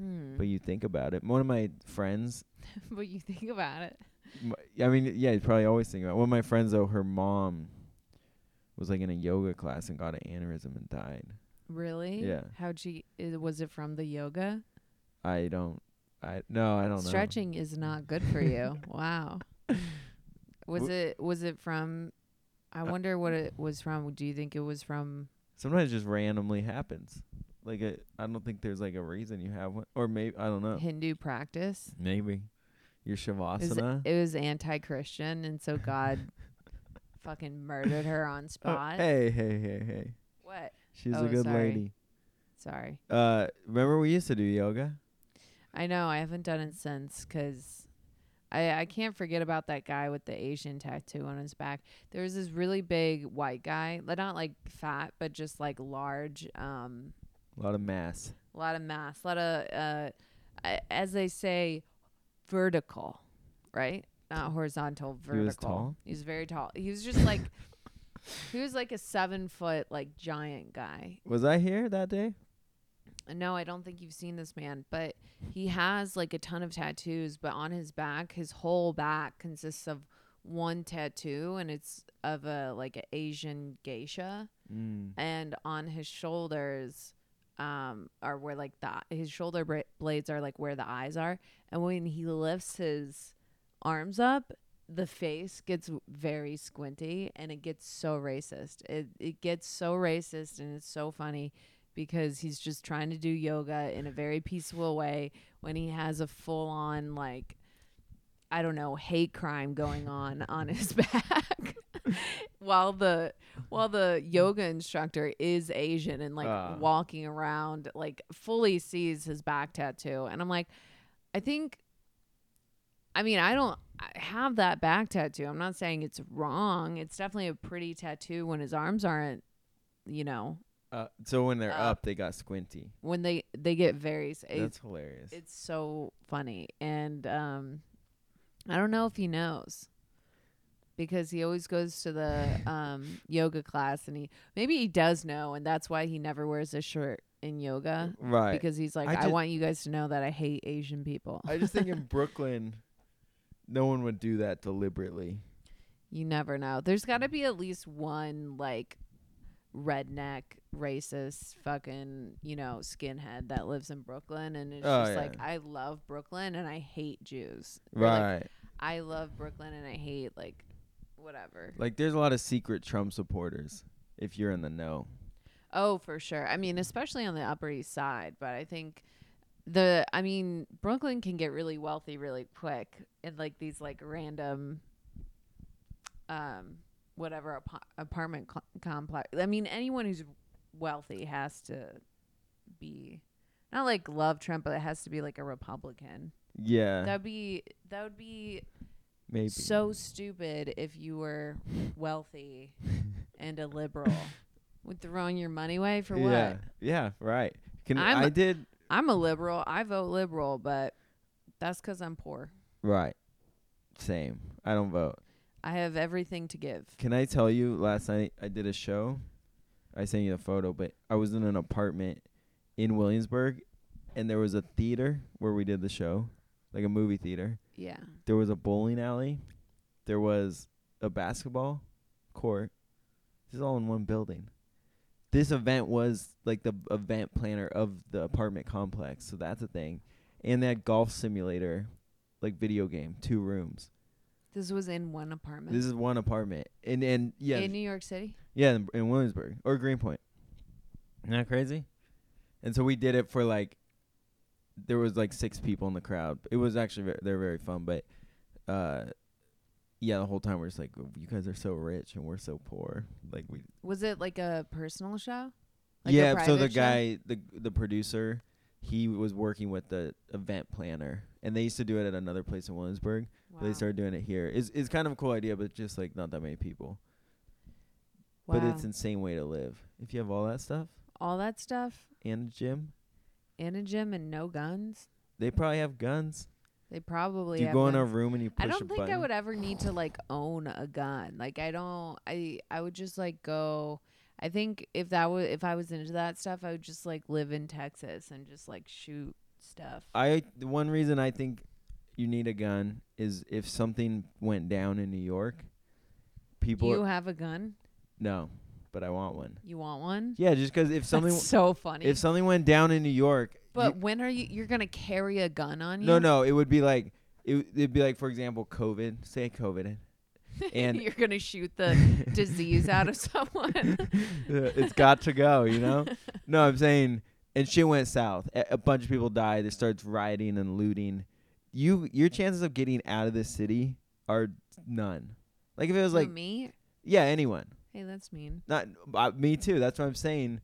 A: Hmm.
B: But you think about it. One of my friends.
A: but you think about it.
B: m I I mean, yeah, you probably always think about. It. One of my friends though, her mom was like in a yoga class and got an aneurysm and died.
A: Really?
B: Yeah.
A: How'd she? i- Was it from the yoga?
B: I don't. I no. I don't know.
A: Stretching is not good for you. wow. Was it? Was it from? I
B: Uh,
A: wonder what it was from. Do you think it was from?
B: Sometimes it just randomly happens. Like I I don't think there's like a reason you have one, or maybe I don't know.
A: Hindu practice.
B: Maybe your
A: It was,
B: shavasana.
A: it was anti-Christian, and so God fucking murdered her on
B: Oh,
A: spot.
B: hey, hey, hey, hey.
A: What?
B: She's
A: Oh,
B: a good
A: sorry.
B: lady.
A: Sorry.
B: Uh, remember we used to do yoga?
A: I know. I haven't done it since 'cause I I can't forget about that guy with the Asian tattoo on his back. There was this really big white guy, li- not like fat, but just like large. Um,
B: A lot of mass.
A: a lot of mass, a lot of uh, I- as they say, vertical, right? Not horizontal, vertical.
B: was tall?
A: He was very tall. He was just like. He was like a seven foot, like giant guy.
B: Was I here that day?
A: No, I don't think you've seen this man, but he has like a ton of tattoos, but on his back, his whole back consists of one tattoo and it's of a like an Asian geisha
B: Mm.
A: and on his shoulders um are where like the e, his shoulder bra- blades are like where the eyes are and when he lifts his arms up the face gets very squinty and it gets so racist it it gets so racist and it's so funny because he's just trying to do yoga in a very peaceful way when he has a full on like I don't know hate crime going on on his back while the while the yoga instructor is Asian and like
B: Ah.
A: walking around like fully sees his back tattoo and I'm like I think I mean I don't have that back tattoo. I'm not saying it's wrong. It's definitely a pretty tattoo when his arms aren't you know
B: Uh, so when they're
A: Uh,
B: up, they got squinty.
A: when they they get very s- it's
B: That's hilarious.
A: it's so funny and um i don't know if he knows because he always goes to the um yoga class and he maybe he does know and that's why he never wears a shirt in yoga
B: right.
A: because he's like
B: I
A: I,
B: ju-
A: want you guys to know that i hate asian people
B: I just think in Brooklyn, no one would do that deliberately.
A: you never know there's got to be at least one like redneck racist fucking you know skinhead that lives in brooklyn and it's
B: Oh,
A: just
B: yeah.
A: like i love brooklyn and i hate jews Or, like,
B: Right. Like,
A: I love Brooklyn and I hate like whatever.
B: there's a lot of secret Trump supporters if you're in the know.
A: Oh, for sure. I mean, especially on the Upper East Side, but I think the I mean, Brooklyn can get really wealthy really quick in like these like random um whatever ap- apartment co- complex. I mean, anyone who's wealthy has to be not like love Trump, but it has to be like a Republican.
B: Yeah.
A: That'd be that would be
B: Eh. maybe.
A: so stupid if you were wealthy and a liberal with throwing your money away for what?
B: Yeah. Yeah. Right. Can
A: I'm-
B: I did
A: I'm a liberal. I vote liberal, but that's 'cause I'm poor.
B: right. Same. I don't vote.
A: I have everything to give.
B: Can I tell you? Last night I did a show. I sent you the photo, but I was in an apartment in Williamsburg, and there was a theater where we did the show, like a movie theater.
A: Yeah.
B: there was a bowling alley, there was a basketball court. This is all in one building. This event was like the event planner of the apartment complex, so that's a thing. And they had golf simulator, like video game, two rooms.
A: This was in one apartment
B: This is one apartment, and and yeah,
A: in New York City.
B: yeah, in, in Williamsburg or Greenpoint. Isn't that crazy? And so we did it for like, there was like six people in the crowd. It was actually very, they're very fun, but, uh, yeah, the whole time we're just like, "Oh, you guys are so rich and we're so poor. Like we,
A: Was it like a personal show? Like a
B: yeah. So the
A: private show?
B: guy, the the producer, he was working with the event planner, and they used to do it at another place in Williamsburg.
A: Wow.
B: But they started doing it here. It's it's kind of a cool idea, but just like not that many people. But
A: Wow.
B: it's insane way to live if you have all that stuff.
A: all that stuff
B: and a gym.
A: in a gym and no guns.
B: They probably have guns.
A: They probably
B: Do you
A: have
B: go in a
A: guns.
B: room and you push
A: I
B: a
A: don't think
B: button?
A: I would ever need to like own a gun. Like I don't I I would just like go I think if that was if I was into that stuff, I would just like live in Texas and just like shoot stuff.
B: I the one reason I think you need a gun is if something went down in New York,
A: Do
B: people
A: you have a gun?
B: no. but I want one.
A: You want one?
B: Yeah, just because if something
A: That's so funny.
B: if something went down in New York,
A: but when are you? You're gonna carry a gun on you?
B: No, no, it would be like it, w- it'd be like for example, COVID. Say COVID, and-
A: you're gonna shoot the disease out of someone.
B: it's got to go. You know? No, I'm saying, and shit went south. A, a bunch of people died. It starts rioting and looting. You, your chances of getting out of this city are none. Like if it was
A: Who,
B: like,
A: me.
B: yeah, anyone.
A: Hey, that's mean.
B: Not uh, me too. That's what I'm saying.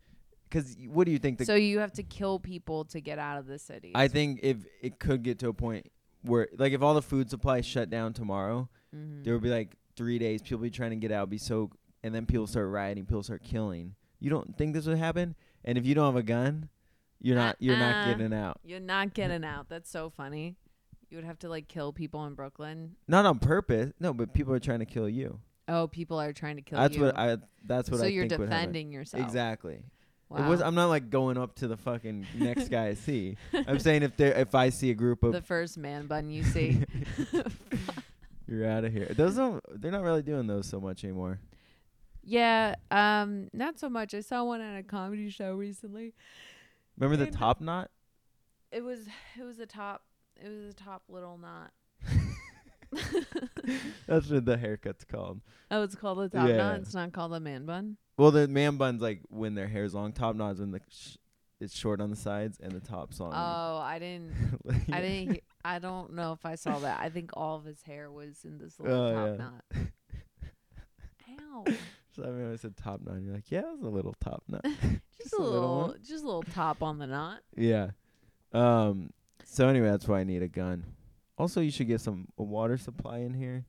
B: Because what do you think? The
A: so you have to kill people to get out of the city.
B: I think if it could get to a point where, like, if all the food supply shut down tomorrow,
A: Mhm.
B: there would be like three days people be trying to get out, be so, and then people start rioting, people start killing. You don't think this would happen? And if you don't have a gun, you're not you're not
A: Uh-uh.
B: getting out.
A: You're not getting out. That's so funny. You would have to like kill people in Brooklyn.
B: Not on purpose, no. But people are trying to kill you.
A: Oh, people are trying to kill
B: that's
A: you.
B: what I. That's what
A: so
B: I
A: you're
B: think would happen.
A: defending yourself.
B: Exactly.
A: Wow.
B: It was. I'm not like going up to the fucking next guy I see. I'm saying if there, if I see a group of
A: the first man bun you see.
B: you're out of here. Those don't. They're not really doing those so much anymore.
A: yeah, um, not so much. I saw one at a comedy show recently.
B: Remember the
A: Maybe.
B: top knot?
A: It was it was a top it was a top little knot.
B: That's what the haircut's called.
A: Oh, it's called a top
B: Yeah.
A: knot. It's not called a man bun.
B: Well, the man bun's like when their hair's long. Top knot's when the sh- it's short on the sides and the top's long.
A: Oh, I didn't. I didn't. he- I don't know if I saw that. I think all of his hair was in this little
B: Oh,
A: top
B: yeah.
A: knot. Ow!
B: So I mean, I said top knot. And you're like, yeah, it was a little top knot.
A: Just,
B: Just
A: a
B: a little
A: little,
B: one.
A: just a little top on the knot.
B: yeah. Um. So anyway, that's why I need a gun. Also, you should get some a water supply in here.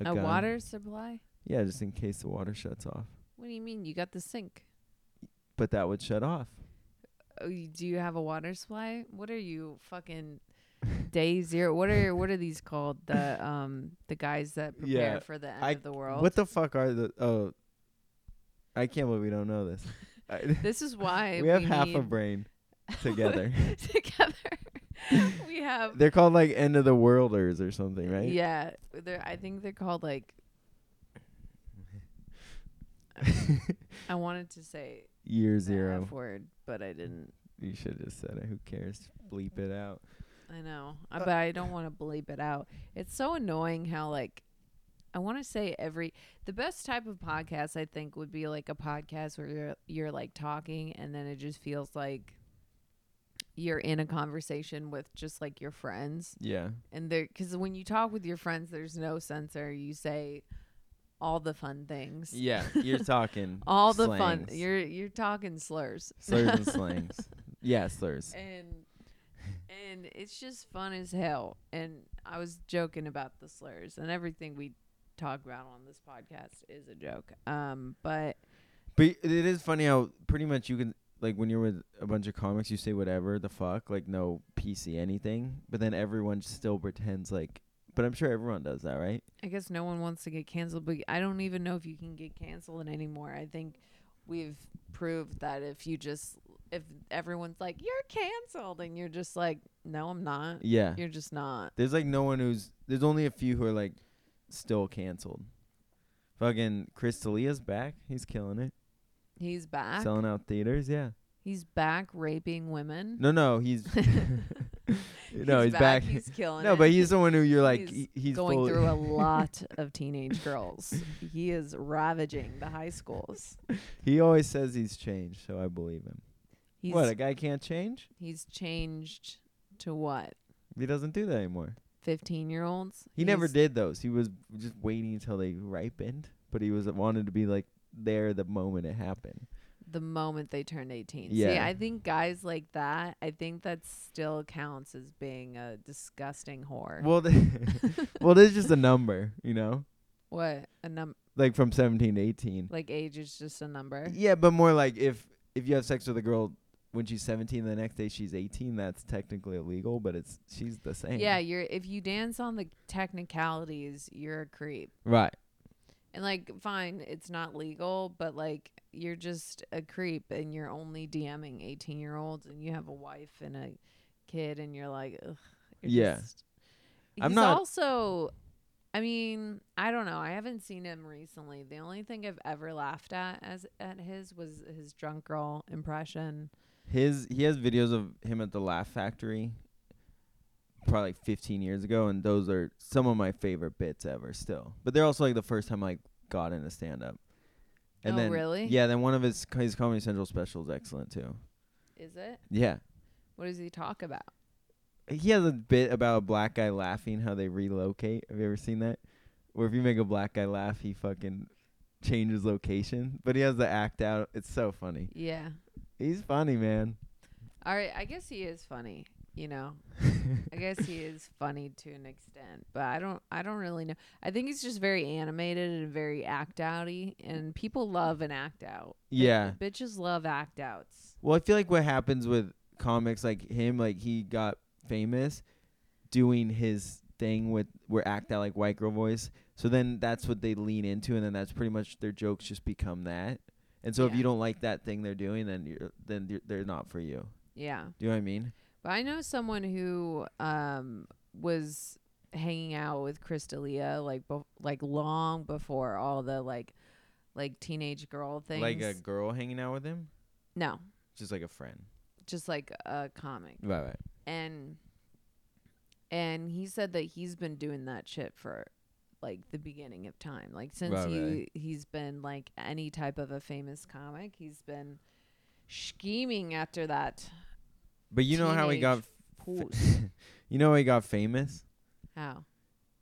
A: A,
B: gun.
A: water supply?
B: Yeah, just in case the water shuts off.
A: What do you mean? You got the sink?
B: But that would shut off.
A: Oh, you, do you have a water supply? What are you fucking day zero? What are what are these called? The um the guys that prepare
B: Yeah,
A: for the end
B: I-
A: of the world.
B: What the fuck are the? Oh, I can't believe we don't know this. I-
A: this is why
B: we have half a
A: need-
B: brain together.
A: together. we have
B: They're called like end of the worlders or something, right?
A: Yeah, they're. I think they're called like. I wanted to say
B: Year
A: the
B: zero.
A: F word, but I didn't.
B: You should have said it. Who cares? Bleep it out.
A: I know, I
B: Uh,
A: but I don't want to bleep it out. It's so annoying how like. I want to say every the best type of podcast I think would be like a podcast where you're you're like talking and then it just feels like you're in a conversation with just like your friends
B: Yeah.
A: and there because when you talk with your friends there's no censor you say all the fun things
B: Yeah. You're talking.
A: all the fun
B: slangs.
A: you're you're talking slurs
B: slurs and slangs. Yeah, slurs.
A: and and it's just fun as hell and i was joking about the slurs and everything we talk about on this podcast is a joke um but
B: But it is funny how pretty much you can like when you're with a bunch of comics, you say whatever the fuck, like no PC anything, but then everyone still pretends like. But I'm sure everyone does that, right?
A: i guess no one wants to get canceled but i don't even know if you can get canceled anymore i think we've proved that if you just if everyone's like you're canceled and you're just like no i'm not
B: Yeah.
A: You're just not.
B: There's like no one who's there's only a few who are like still canceled. Fucking Chris D'Elia's back. He's killing it.
A: He's back.
B: Selling out theaters, yeah.
A: he's back raping women.
B: No, no, he's No, he's, back.
A: He's killing
B: no,
A: it.
B: but he's the one who you're like
A: He's
B: he- he's
A: going
B: full-
A: through a lot of teenage girls. He is ravaging the high schools.
B: He always says he's changed, so I believe him.
A: He's
B: what, a guy can't change?
A: he's changed to what?
B: He doesn't do that anymore.
A: 15-year-olds?
B: He never did those. He was just waiting until they ripened, but he was wanted to be like there the moment it happened.
A: the moment they turned 18. See,
B: Yeah.
A: I think guys like that, I think that still counts as being a disgusting whore.
B: Well, th- well, this is just a number, you know,
A: what? A num
B: like from 17 to 18.
A: like age is just a number.
B: Yeah, but more like if if you have sex with a girl when she's 17, the next day she's 18, that's technically illegal, but it's she's the same.
A: Yeah, you're if you dance on the technicalities, you're a creep.
B: Right.
A: And like fine, it's not legal, but like you're just a creep and you're only DMing 18-year-olds and you have a wife and a kid and you're like ugh. You're
B: Yeah.
A: Just,
B: I'm
A: he's
B: not-
A: also I mean, I don't know. I haven't seen him recently. The only thing I've ever laughed at as at his was his drunk girl impression.
B: His he has videos of him at the Laugh Factory, probably like 15 years ago, and those are some of my favorite bits ever. Still, but they're also like the first time I like, got into stand up.
A: Oh,
B: then,
A: really?
B: Yeah, then one of his his Comedy Central specials excellent too.
A: Is it?
B: Yeah,
A: What does he talk about?
B: he has a bit about a black guy laughing how they relocate. Have you ever seen that? Where if you make a black guy laugh, he fucking changes location. But he has the act out. It's so funny.
A: Yeah.
B: He's funny, man.
A: All right. I guess he is funny. You know, I guess he is funny to an extent, but I don't. I don't really know. I think he's just very animated and very act outy, and people love an act out. Like,
B: Yeah.
A: bitches love act outs.
B: Well, I feel like what happens with comics like him, like he got famous doing his thing with where act out like white girl voice. So then that's what they lean into, and then that's pretty much their jokes just become that. And so if
A: Yeah.
B: you don't like that thing they're doing, then you're then you're, they're not for you.
A: Yeah,
B: Do you know what I mean?
A: but I know someone who um was hanging out with Chris D'Elia like bef- like long before all the like like teenage girl things.
B: Like a girl hanging out with him,
A: no,
B: just like a friend.
A: just like a comic.
B: Right, right.
A: and and he said that he's been doing that shit for like the beginning of time like since
B: Right,
A: he
B: really.
A: he's been like any type of a famous comic he's been scheming after that
B: But you know how he got,
A: Teenage puss.
B: you know how he got famous.
A: how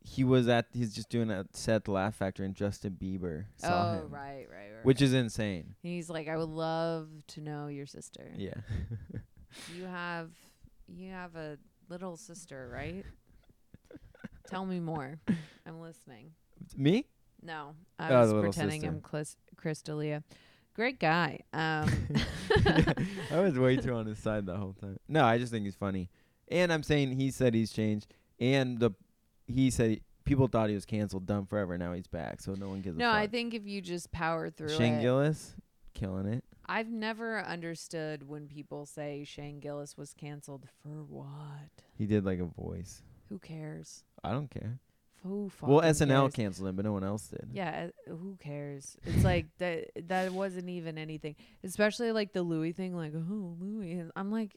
B: He was at, he's just doing a set at the Laugh Factory, and Justin Bieber saw
A: oh
B: him,
A: right right right
B: which
A: right.
B: is insane.
A: And he's like i would love to know your sister
B: Yeah.
A: you have you have a little sister right tell me more i'm listening
B: Me?
A: No, I
B: Oh,
A: was
B: the little
A: pretending
B: sister.
A: I'm Chris, Chris D'Elia. Great guy. Um,
B: I was way too on his side the whole time. No, I just think he's funny. And I'm saying he said he's changed. And the he said people thought he was canceled, done forever. Now he's back, so no one gives
A: no,
B: a fuck.
A: I think if you just power through
B: Shane
A: it,
B: Gillis, killing it.
A: I've never understood when people say Shane Gillis was canceled for what?
B: He did like a voice.
A: Who cares?
B: I don't care.
A: Who fucking
B: Well, SNL
A: cares?
B: canceled him, but no one else did.
A: Yeah, uh, who cares? It's like that that wasn't even anything. Especially like the Louis thing, like, oh Louis and I'm like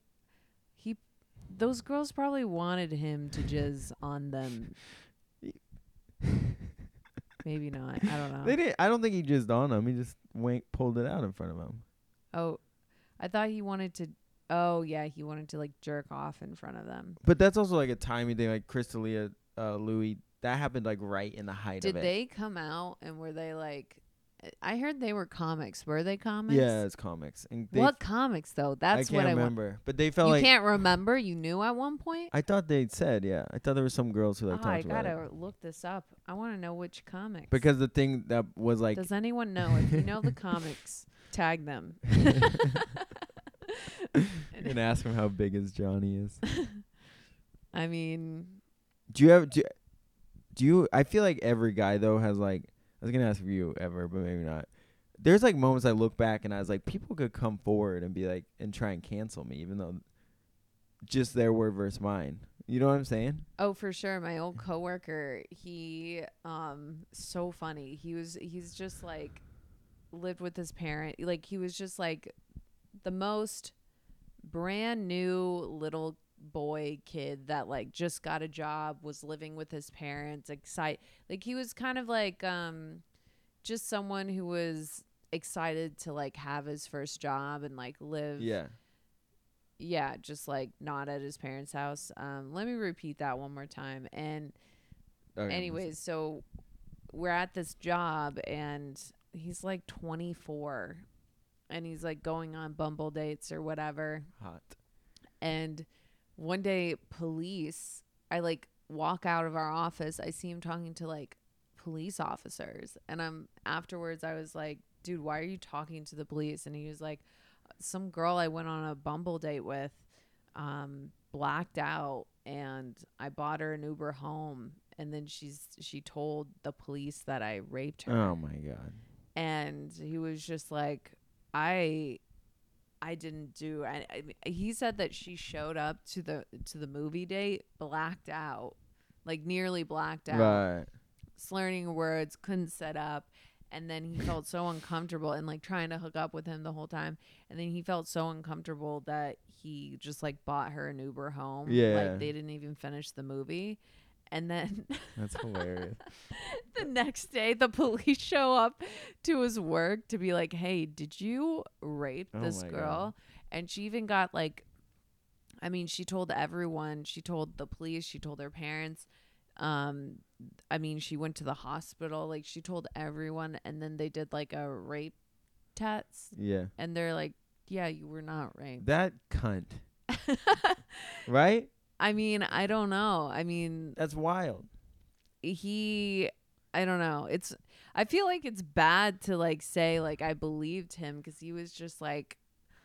A: he those girls probably wanted him to jizz on them. Maybe not. I don't know.
B: They didn't. I don't think he jizzed on him. He just went pulled it out in front of him.
A: Oh, I thought he wanted to. Oh yeah, he wanted to like jerk off in front of them.
B: But that's also like a timing thing. Like Crystalia, uh, Louis, that happened like right in the height
A: Did
B: of it.
A: they come out and were they like? I heard they were comics. Were they comics?
B: Yeah, it's comics. And they
A: What comics though? That's
B: I can't
A: what I want.
B: remember. But they
A: You
B: felt like
A: can't remember. You knew at one point.
B: I thought they said yeah. I thought there were some girls who like
A: oh, I
B: talked about
A: gotta
B: it.
A: look this up. I want to know which comics.
B: Because the thing that was like
A: does anyone know if you know the comics? Tag them.
B: and ask him how big his Johnny is.
A: I mean,
B: do you have do, do you? I feel like every guy though has like I was gonna ask if you ever, but maybe not. There's like moments I look back and I was like, people could come forward and be like and try and cancel me, even though just their word versus mine. You know what I'm saying?
A: Oh, for sure. My old coworker, he um so funny. He was he's just like lived with his parent. Like he was just like the most brand new little boy kid that like just got a job, was living with his parents, excite like he was kind of like um just someone who was excited to like have his first job and like live
B: Yeah.
A: yeah, just like not at his parents' house. Um, let me repeat that one more time. And
B: Okay.
A: anyways, so we're at this job and he's like 24 and he's like going on bumble dates or whatever.
B: hot.
A: And one day, police, I like walk out of our office. I see him talking to like police officers. And I'm afterwards, I was like, dude, why are you talking to the police? And he was like, some girl I went on a bumble date with um, blacked out and I bought her an Uber home. And then she's she told the police that I raped her
B: Oh my god.
A: and he was just like i i didn't do I, I mean, he said that she showed up to the to the movie date blacked out like nearly blacked out
B: Right.
A: slurring words, couldn't set up. And then he felt so uncomfortable and like trying to hook up with him the whole time. And then he felt so uncomfortable that he just like bought her an Uber home.
B: Yeah.
A: Like they didn't even finish the movie. And then
B: That's hilarious.
A: the next day, the police show up to his work to be like, "Hey, did you rape
B: Oh
A: this
B: my God.
A: girl?" And she even got like, I mean, she told everyone. She told the police. She told her parents. Um, I mean, she went to the hospital. Like, she told everyone, and then they did like a rape test,
B: yeah.
A: and they're like, "Yeah, you were not raped."
B: That cunt. right?
A: I mean, I don't know. I mean,
B: That's wild.
A: he i don't know it's i feel like it's bad to like say like i believed him because he was just like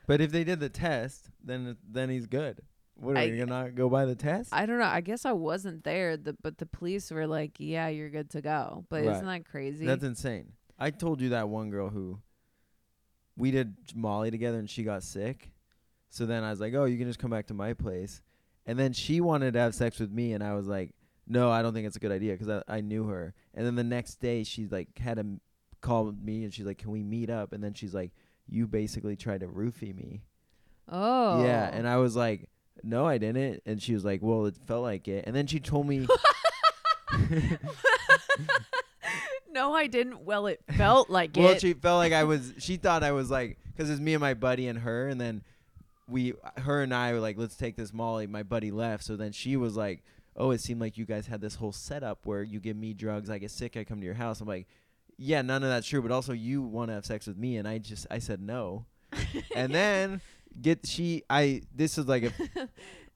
B: But if they did the test, then it- then he's good. What are
A: I-
B: you gonna not go by the test?
A: i don't know i guess i wasn't there the, but the police were like yeah you're good to go but
B: Right.
A: isn't that crazy
B: That's insane. I told you that one girl who we did Molly together and she got sick. So then I was like, "Oh, you can just come back to my place." And then she wanted to have sex with me and I was like, "No, I don't think it's a good idea cuz I I knew her." And then the next day she like had a m- call with me and she's like, "Can we meet up?" And then she's like, "You basically tried to roofie me."
A: oh
B: Yeah, and I was like, "No, I didn't." And she was like, "Well, it felt like it." And then she told me
A: no i didn't well it felt like
B: Well,
A: it
B: she felt like I was. She thought I was like, because it's me and my buddy and her, and then we, her and I were like, let's take this Molly. My buddy left, so then she was like, oh, it seemed like you guys had this whole setup where you give me drugs, I get sick, I come to your house. I'm like, yeah, none of that's true, but also you want to have sex with me, and I just, I said no, and then get she, I, this is like a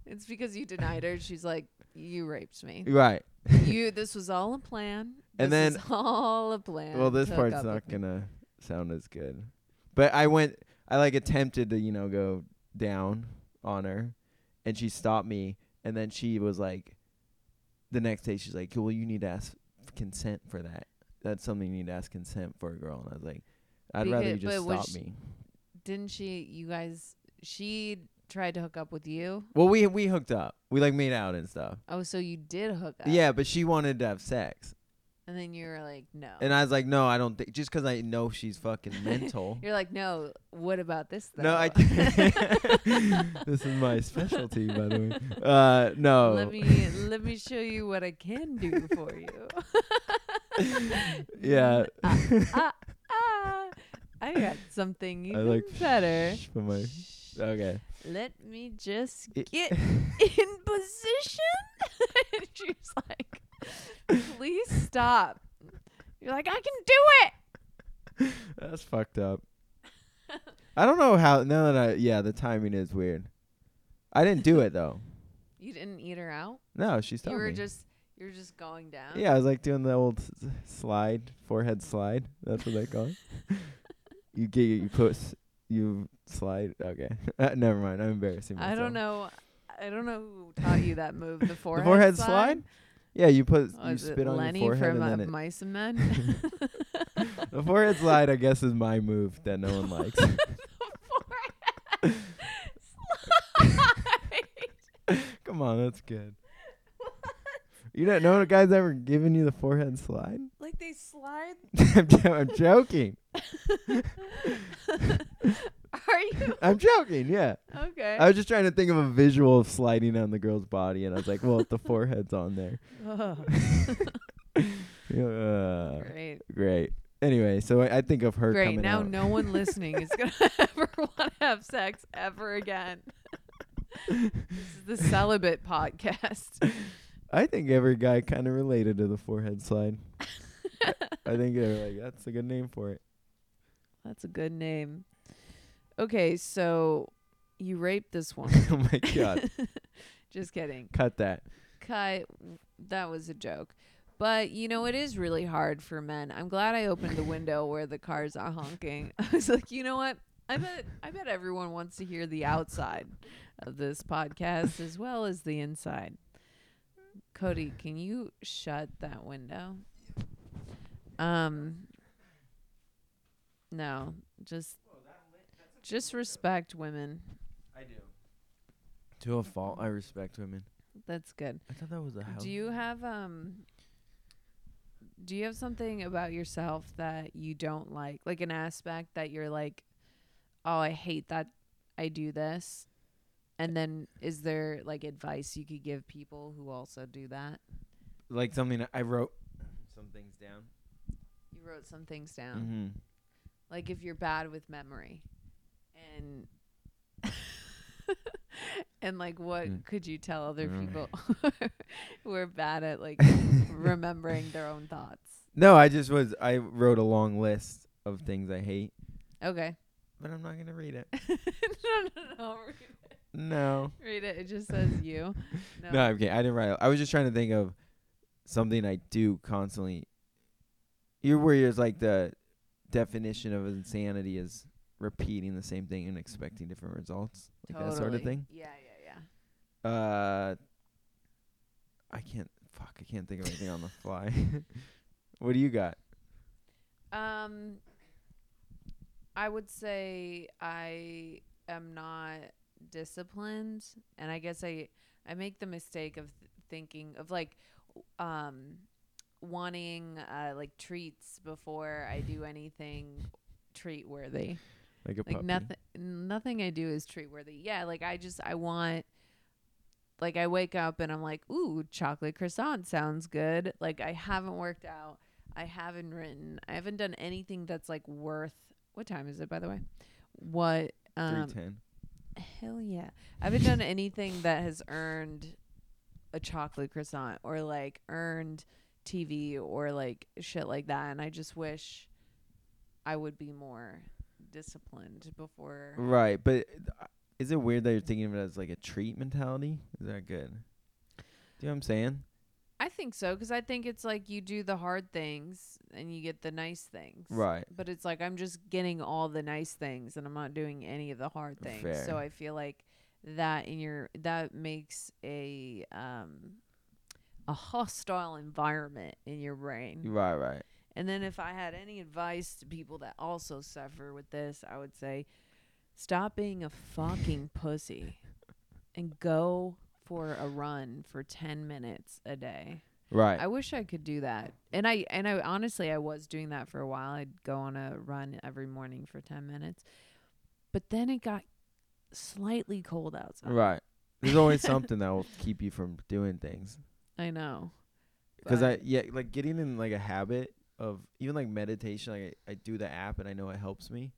A: it's because you denied her she's like you raped me
B: right.
A: you this was all a plan
B: And
A: This
B: then-
A: is all a plan
B: Well, this
A: to hook up
B: part's not
A: with me.
B: gonna sound as good. But I went, I like attempted to, you know, go down on her, and she stopped me, and then she was like, the next day she's like, well, you need to ask f- consent for that. That's something you need to ask consent for a girl. And I was like, I'd rather
A: Becau-
B: you just
A: but was
B: stop
A: she-
B: me.
A: didn't she you guys she tried to hook up with you
B: Well, we we hooked up. We like made out and stuff.
A: oh so you did hook up
B: Yeah, but she wanted to have sex,
A: and then you were like no
B: and I was like, no, I don't think just 'cause I know she's fucking mental.
A: you're like no what about this though?
B: No, I. this is my specialty, by the way. Uh, no.
A: let me let me show you what i can do for you
B: yeah.
A: ah, ah, ah. i got something
B: I
A: even
B: like
A: better
B: for my.
A: Shh.
B: Okay.
A: let me just
B: It-
A: get in position and she's like please stop you're like i can do it
B: That's fucked up. I don't know how. Now that I, yeah, the timing is weird. I didn't do it though.
A: You didn't eat her out.
B: No, she stopped
A: you were
B: me.
A: just you were just going down.
B: yeah, I was like doing the old s- s- slide, forehead slide. That's what they call it. you get you put you slide. Okay, never mind. I'm embarrassing myself.
A: I don't know. I don't know who taught you that move. The forehead,
B: the forehead slide? Yeah, you put you
A: Was
B: spit
A: it
B: on
A: Lenny
B: your forehead
A: from
B: and
A: uh,
B: then it,
A: Mice and Men?
B: the forehead slide. I guess is my move that no one likes.
A: the forehead slide.
B: Come on, that's good. You don't know a guy's ever given you the forehead slide?
A: like they slide.
B: I'm, jo- I'm joking.
A: Are you
B: I'm joking. Yeah,
A: okay?
B: I was just trying to think of a visual of sliding on the girl's body, and I was like, well, if the forehead's on there,
A: Ugh,
B: uh,
A: great,
B: great. Anyway, so I, I think of her
A: great.
B: coming
A: Now
B: out.
A: no one listening is gonna ever want to have sex ever again. this is the celibate podcast.
B: I think every guy kind of related to the forehead slide. I- I think they're like, that's a good name for it.
A: That's a good name. Okay, so you raped this one.
B: oh my god,
A: Just kidding.
B: cut that.
A: Kai, that was a joke. But you know, it is really hard for men. I'm glad I opened the window where the cars are honking. I was like, you know what? I bet I bet everyone wants to hear the outside of this podcast as well as the inside. Cody, can you shut that window? Um No, just just respect women.
B: I do. To a fault, I respect women.
A: That's good.
B: I thought that was a house.
A: Do you have um do you have something about yourself that you don't like? Like an aspect that you're like, oh, I hate that I do this. And then is there like advice you could give people who also do that?
B: Like something I wrote some things down.
A: You wrote some things down.
B: Mm-hmm.
A: Like if you're bad with memory and and like what
B: Mm.
A: could you tell other
B: Mm.
A: people who are bad at like remembering their own thoughts?
B: No, I just was. I wrote a long list of things I hate,
A: Okay.
B: but I'm not gonna read it.
A: no, no, no. Read,
B: No.
A: read it. It just says you. No.
B: No, I'm kidding. I didn't write. it. I was just trying to think of something I do constantly. Your where is like the definition of insanity is repeating the same thing and expecting different results, like that sort of
A: Totally.
B: thing.
A: Yeah, yeah, yeah.
B: Uh, I can't. Fuck, I can't think of anything on the fly. what do you got?
A: Um, I would say I am not disciplined, and I guess I I make the mistake of th- thinking of like, um, wanting uh like treats before I do anything treat worthy.
B: Like a
A: like
B: puppy.
A: nothing nothing i do is treat worthy yeah like i just i want like i wake up and i'm like ooh chocolate croissant sounds good like i haven't worked out i haven't written i haven't done anything that's like worth what time is it by the way what um
B: Three ten.
A: hell yeah i haven't done anything that has earned a chocolate croissant or like earned tv or like shit like that and i just wish i would be more disciplined before
B: Right, but uh, is it weird that you're thinking of it as like a treat mentality? Is that good? Do you know what I'm saying?
A: I think so because I think it's like you do the hard things and you get the nice things.
B: Right.
A: But it's like I'm just getting all the nice things and I'm not doing any of the hard things.
B: Fair.
A: So I feel like that in your that makes a um a hostile environment in your brain.
B: Right, right.
A: And then if I had any advice to people that also suffer with this, I would say stop being a fucking pussy and go for a run for 10 minutes a day.
B: Right.
A: I wish I could do that. And I and I honestly I was doing that for a while. I'd go on a run every morning for 10 minutes. But then it got slightly cold outside.
B: Right. There's always something that will keep you from doing things.
A: I know.
B: 'Cause I
A: But-
B: yeah, like getting in like a habit of even like meditation, like I, I do the app and I know it helps me,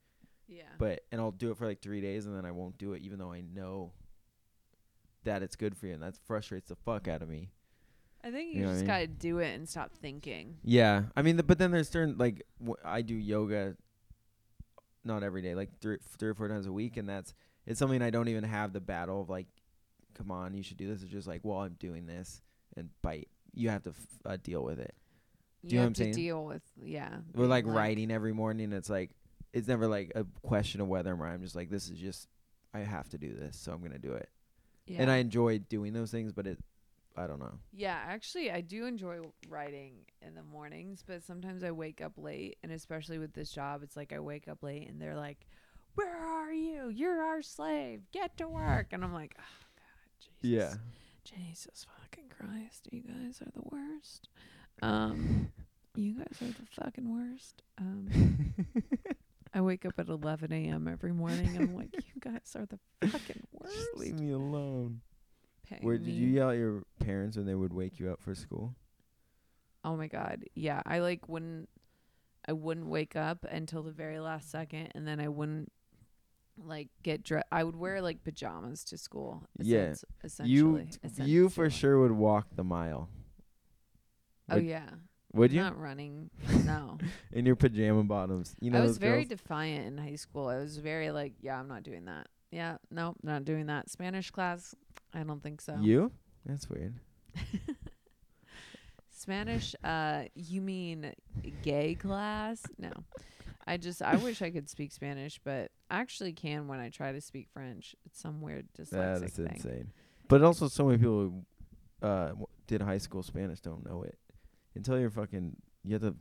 A: yeah.
B: but and I'll do it for like 3 days and then I won't do it even though I know that it's good for you and that frustrates the fuck out of me.
A: I think you
B: you know what I
A: just
B: mean?
A: got to do it and stop thinking.
B: Yeah. I mean, th but then there's certain like w- I do yoga not every day, like three three or four times a week and that's it's something I don't even have the battle of like come on, you should do this. It's just like, well, I'm doing this and bite. You have to f- uh, deal with it.
A: You,
B: Do you know
A: have
B: what I'm
A: to
B: saying?
A: deal with yeah.
B: We're like
A: being
B: writing every morning. It's like it's never like a question of whether I'm right. I'm just like this is just I have to do this, so I'm gonna do it.
A: Yeah.
B: And I enjoy doing those things, but it I don't know.
A: Yeah, actually, I do enjoy writing in the mornings, but sometimes I wake up late, and especially with this job, it's like I wake up late and they're like, "Where are you? You're our slave. Get to work." And I'm like, "Oh God, Jesus, Jesus fucking Christ, you guys are the worst. Um, you guys are the fucking worst." Um, I wake up at 11 a.m. every morning. I'm like, "You guys are the fucking worst."
B: Just leave me alone.
A: Pay
B: Where did you
A: me.
B: yell at your parents when they would wake you up for school?
A: Oh my god. Yeah, I like wouldn't I wouldn't wake up until the very last second and then I wouldn't like get dressed. I would wear like pajamas to school.
B: Yeah.
A: essens-
B: You
A: Essentially.
B: you for
A: essentially.
B: sure would walk the mile.
A: Oh
B: would-
A: yeah.
B: Would you?
A: Not running. No.
B: In your pajama bottoms. You know
A: I was
B: those
A: very
B: girls?
A: defiant in high school. I was very like, yeah, I'm not doing that. Yeah, no, not doing that. Spanish class, I don't think so.
B: You? That's weird.
A: Spanish, uh, you mean gay class? No. I just, I wish I could speak Spanish, but I actually can when I try to speak French. It's some weird
B: That
A: dyslexic
B: is
A: thing.
B: insane. But also, so many people who uh, w- did high school Spanish don't know it until you're fucking. You have to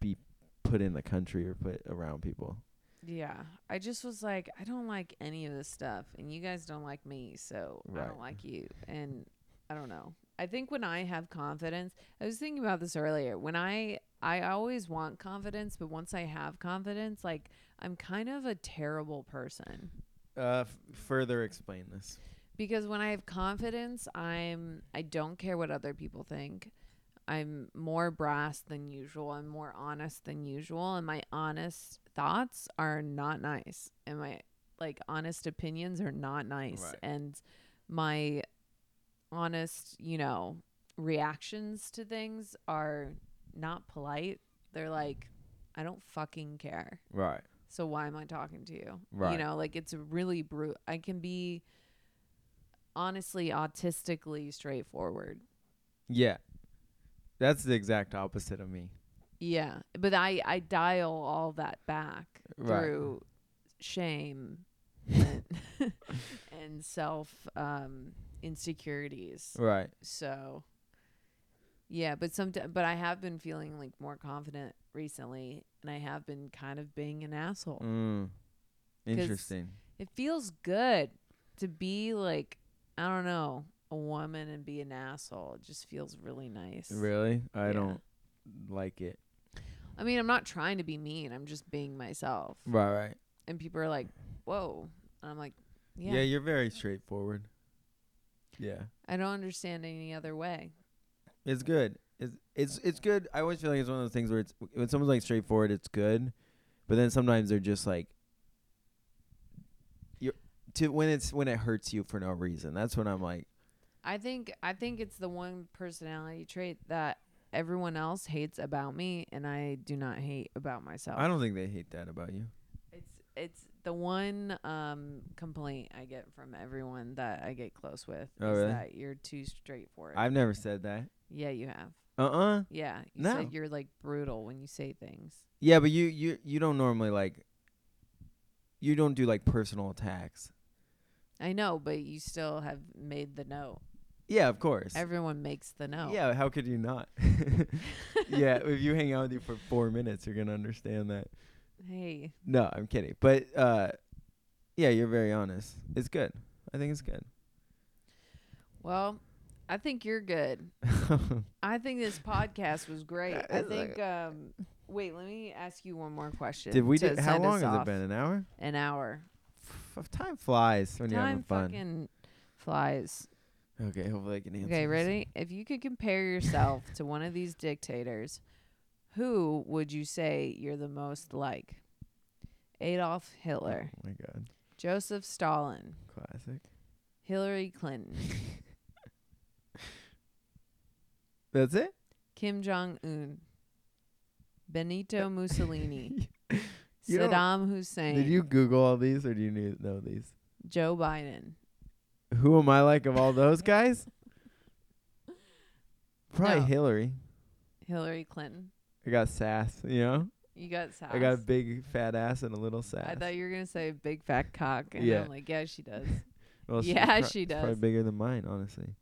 B: be put in the country or put around people.
A: Yeah. I just was like, I don't like any of this stuff, and you guys don't like me, so I
B: Right.
A: don't like you. And I don't know. I think when I have confidence, I was thinking about this earlier. When I I always want confidence, but once I have confidence, like I'm kind of a terrible person.
B: Uh, f- further explain this.
A: because when I have confidence, I'm I don't care what other people think. I'm more brass than usual. I'm more honest than usual, and my honest thoughts are not nice, and my like honest opinions are not nice,
B: Right.
A: and my honest, you know, reactions to things are not polite. They're like, I don't fucking care
B: Right.
A: so why am I talking to you?
B: Right.
A: You know, like it's really brute. I can be honestly autistically straightforward.
B: Yeah. That's the exact opposite of me.
A: Yeah, but I I dial all that back
B: Right.
A: through shame and, and self um insecurities.
B: Right.
A: So yeah, but some but I have been feeling like more confident recently and I have been kind of being an asshole.
B: Mm. Interesting.
A: it feels good to be like I don't know a woman and be an asshole. It just feels really nice.
B: Really? I
A: Yeah.
B: don't like it.
A: I mean, I'm not trying to be mean. I'm just being myself.
B: Right, right.
A: And people are like, "Whoa," and I'm like,
B: Yeah,
A: "Yeah."
B: you're very straightforward. Yeah.
A: I don't understand any other way.
B: It's good. It's it's it's good. I always feel like it's one of those things where it's when someone's like straightforward, it's good, but then sometimes they're just like, you to when it's when it hurts you for no reason. That's when I'm like,
A: I think I think it's the one personality trait that everyone else hates about me, and I do not hate about myself.
B: I don't think they hate that about you.
A: It's it's the one um complaint I get from everyone that I get close with
B: Oh,
A: is
B: really?
A: that you're too straightforward.
B: I've never said that.
A: yeah, you have.
B: Uh uh
A: Yeah, you
B: No.
A: said you're like brutal when you say things.
B: Yeah, but you you you don't normally like. You don't do like personal attacks.
A: I know, but you still have made the note.
B: Yeah, of course.
A: Everyone makes the note.
B: Yeah, how could you not? yeah, if you hang out with you for four minutes, you're gonna understand that.
A: Hey,
B: No, I'm kidding. But uh yeah, you're very honest. It's good. I think it's good.
A: well, I think you're good. I think this podcast was great. I
B: It's like-
A: think. um Wait, let me ask you one more question.
B: Did we
A: to
B: do how
A: send us
B: long has
A: off.
B: it been? An hour?
A: An hour.
B: F- time flies when you're having
A: Time
B: fun.
A: fucking flies.
B: Okay, hopefully I can answer.
A: Okay,
B: this.
A: ready? If you could compare yourself to one of these dictators, who would you say you're the most like? Adolf Hitler,
B: Oh my god.
A: Joseph Stalin,
B: Classic.
A: Hillary Clinton,
B: That's it?
A: Kim Jong Un, Benito Mussolini,
B: You don't-
A: Saddam Hussein,
B: Did you Google all these or do you knew- know these?
A: Joe Biden.
B: Who am I like of all those guys? Probably
A: No.
B: Hillary.
A: Hillary Clinton.
B: I got sass, you know?
A: You got sass.
B: I got a big fat ass and a little sass.
A: I thought you were gonna say big fat cock, and
B: Yeah. Uh,
A: I'm like, yeah, she does.
B: well, she's
A: yeah,
B: pro-
A: she
B: it's Probably
A: does.
B: bigger than mine, honestly.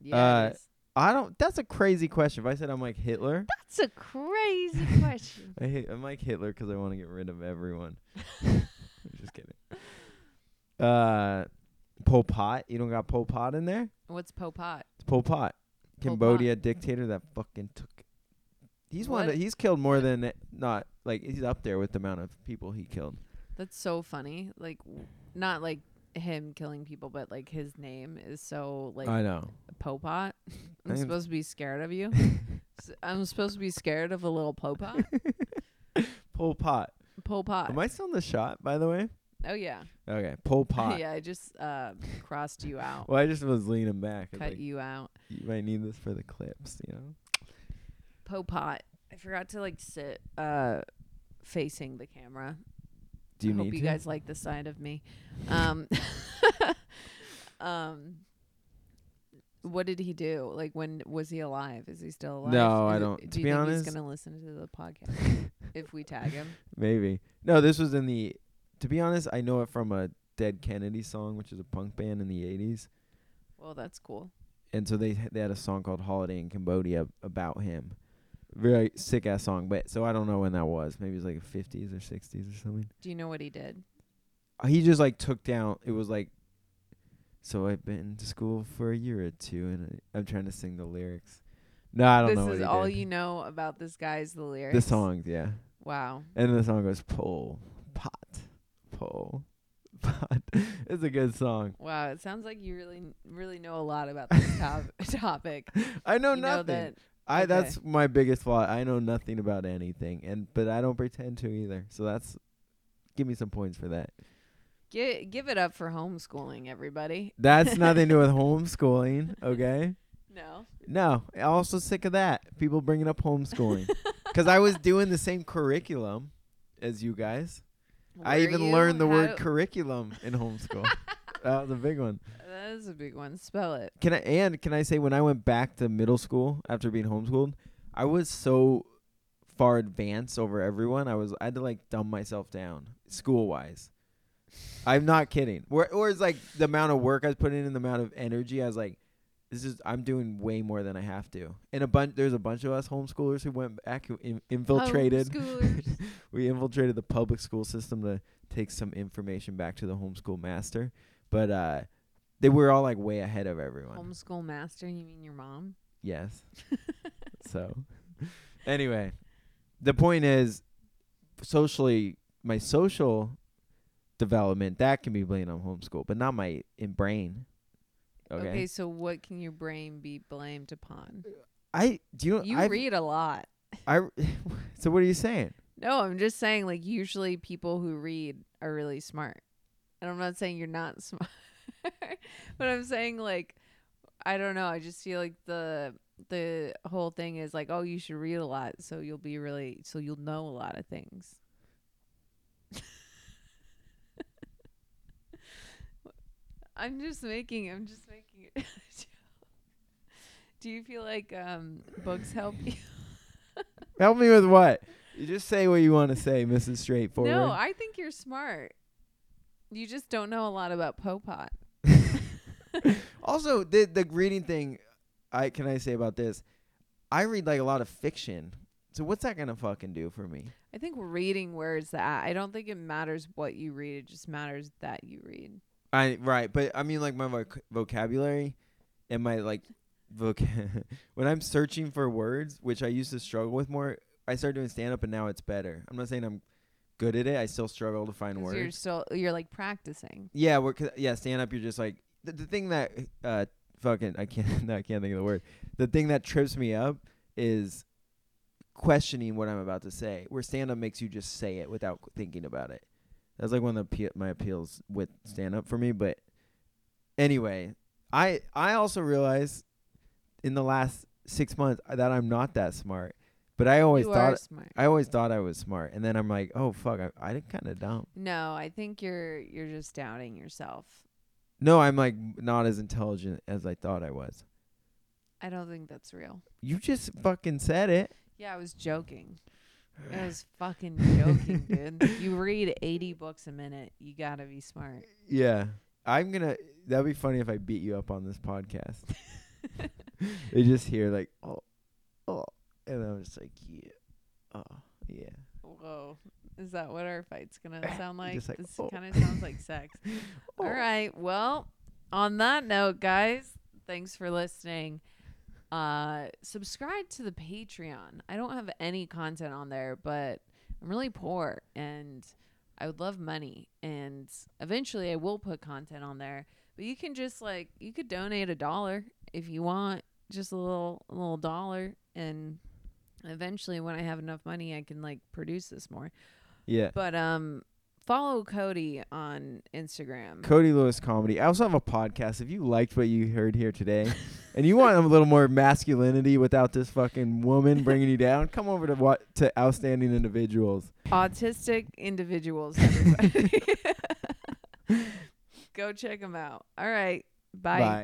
A: Yeah,
B: Uh,
A: it is.
B: I don't. That's a crazy question. If I said I'm like Hitler,
A: that's a crazy question.
B: I hate, I'm like Hitler because I want to get rid of everyone. Just kidding. Uh, Pol Pot. You don't got Pol Pot in there.
A: What's Pol Pot?
B: It's Pol Pot,
A: Pol Pot.
B: Cambodia dictator that fucking took. He's one.
A: What?
B: Of, he's killed more than not. Like he's up there with the amount of people he killed.
A: That's so funny. Like, w- not like him killing people, but like his name is so like
B: I know.
A: Popot. I'm
B: I'm-
A: supposed to be scared of you. S- I'm supposed to be scared of a little Popot.
B: Pol Pot.
A: Popot.
B: Am I still in the shot? By the way.
A: Oh yeah.
B: Okay. Pol Pot.
A: yeah, I just uh, crossed you out,
B: Well, I just was leaning back. I was
A: cut
B: like,
A: you out.
B: you might need this for the clips. You know.
A: Popot. I forgot to like sit uh facing the camera.
B: Do you
A: I
B: need
A: hope you
B: to?
A: guys like the side of me. Um, um, what did he do? Like, when was he alive? Is he still alive?
B: No,
A: Is
B: I
A: it-
B: don't-
A: Do
B: to
A: you
B: be
A: think
B: honest-
A: he's gonna listen to the podcast if we tag him?
B: Maybe. No, this was in the. To be honest, I know it from a Dead Kennedy song, which is a punk band in the '80s,
A: Well, that's cool.
B: and so they they had a song called "Holiday in Cambodia" about him. Very sick ass song, but so I don't know when that was. Maybe it was like 50s or 60s or something. Uh,
A: Do you know what he did?
B: He just like took down. It was like So I've been to school for a year or two, and I, I'm trying to sing the lyrics. No, I don't
A: this
B: know what
A: is
B: he
A: all
B: did.
A: you know about this guy's the lyrics.
B: The songs, yeah.
A: Wow.
B: And the song goes pole, pot, pole, pot. it's a good song.
A: Wow. It sounds like you really, really know a lot about this top- topic.
B: I know
A: you know
B: nothing.
A: that.
B: I
A: okay.
B: that's my biggest flaw. I know nothing about anything, and but I don't pretend to either. So that's give me some points for that.
A: Give, give it up for homeschooling, everybody.
B: That's nothing to do with homeschooling, okay?
A: No.
B: No, I'm also sick of that. People bringing up homeschooling because I was doing the same curriculum as you guys. I
A: Were
B: even
A: you?
B: learned the
A: How
B: word
A: do-
B: curriculum in homeschool. that was a big one.
A: That is a big one. Spell it.
B: Can I and can I say when I went back to middle school after being homeschooled, I was so far advanced over everyone. I was I had to like dumb myself down school wise. I'm not kidding. Or or it's like the amount of work I was putting in, and the amount of energy I was like, this is I'm doing way more than I have to. And a bunch there's a bunch of us homeschoolers who went back who in, infiltrated.
A: Oh, Homeschoolers.
B: we infiltrated the public school system to take some information back to the homeschool master, but uh, they were all like way ahead of everyone.
A: Homeschool master. You mean your mom?
B: Yes. so, anyway, the point is, socially, my social development that can be blamed on homeschool, but not my in brain. Okay.
A: okay. So what can your brain be blamed upon?
B: I do you.
A: You
B: i
A: read a lot.
B: I. So what are you saying?
A: No, I'm just saying, like, usually people who read are really smart. And I'm not saying you're not smart, but I'm saying, like, I don't know. I just feel like the the whole thing is like, oh, you should read a lot, so you'll be really, so you'll know a lot of things. I'm just making, I'm just making it. Do you feel like um, books help you?
B: Help me with what? You just say what you want to say, Mrs. Straightforward.
A: No, I think you're smart. You just don't know a lot about Popot.
B: also, the the reading thing, I can I say about this? I read like a lot of fiction. So what's that gonna fucking do for me?
A: I think reading where is that? I don't think it matters what you read. It just matters that you read.
B: I right, but I mean like my voc- vocabulary and my like voc when I'm searching for words, which I used to struggle with more, I started doing stand up and now it's better. I'm not saying I'm good at it. I still struggle to find
A: 'Cause
B: words.
A: You're still you're like practicing.
B: Yeah, we're 'cause- yeah, stand up. You're just like the, the thing that uh fucking I can't I can't think of the word. The thing that trips me up is questioning what I'm about to say. Where stand up makes you just say it without thinking about it. That's like one of the appeal, my appeals with stand up for me. But anyway, I I also realized in the last six months that I'm not that smart. But I always
A: you
B: thought
A: are smart.
B: I always thought I was smart, and then I'm like, oh fuck, I I did kind of dumb.
A: No, I think you're you're just doubting yourself.
B: No, I'm like not as intelligent as I thought I was.
A: I don't think that's real.
B: You just fucking said it.
A: Yeah, I was joking. I was fucking joking, dude. You read 80 books a minute. You got to be smart.
B: Yeah. I'm gonna that'd be funny if I beat you up on this podcast. they just hear like oh oh and I'm just like yeah. Oh yeah.
A: Whoa. Is that what our fight's going to sound like?
B: Just like,
A: this
B: oh.
A: kind of sounds like sex.
B: Oh.
A: All right. Well, on that note, guys, thanks for listening. Uh, subscribe to the Patreon. I don't have any content on there, but I'm really poor and I would love money. And eventually I will put content on there. But you can just like, you could donate a dollar if you want, just a little, a little dollar. And eventually when I have enough money, I can like produce this more.
B: Yeah.
A: But, um, follow Cody on Instagram.
B: Cody Lewis comedy. I also have a podcast. If you liked what you heard here today, and you want a little more masculinity without this fucking woman bringing you down, come over to what to outstanding individuals.
A: autistic individuals everybody go check them out all right bye.
B: Bye.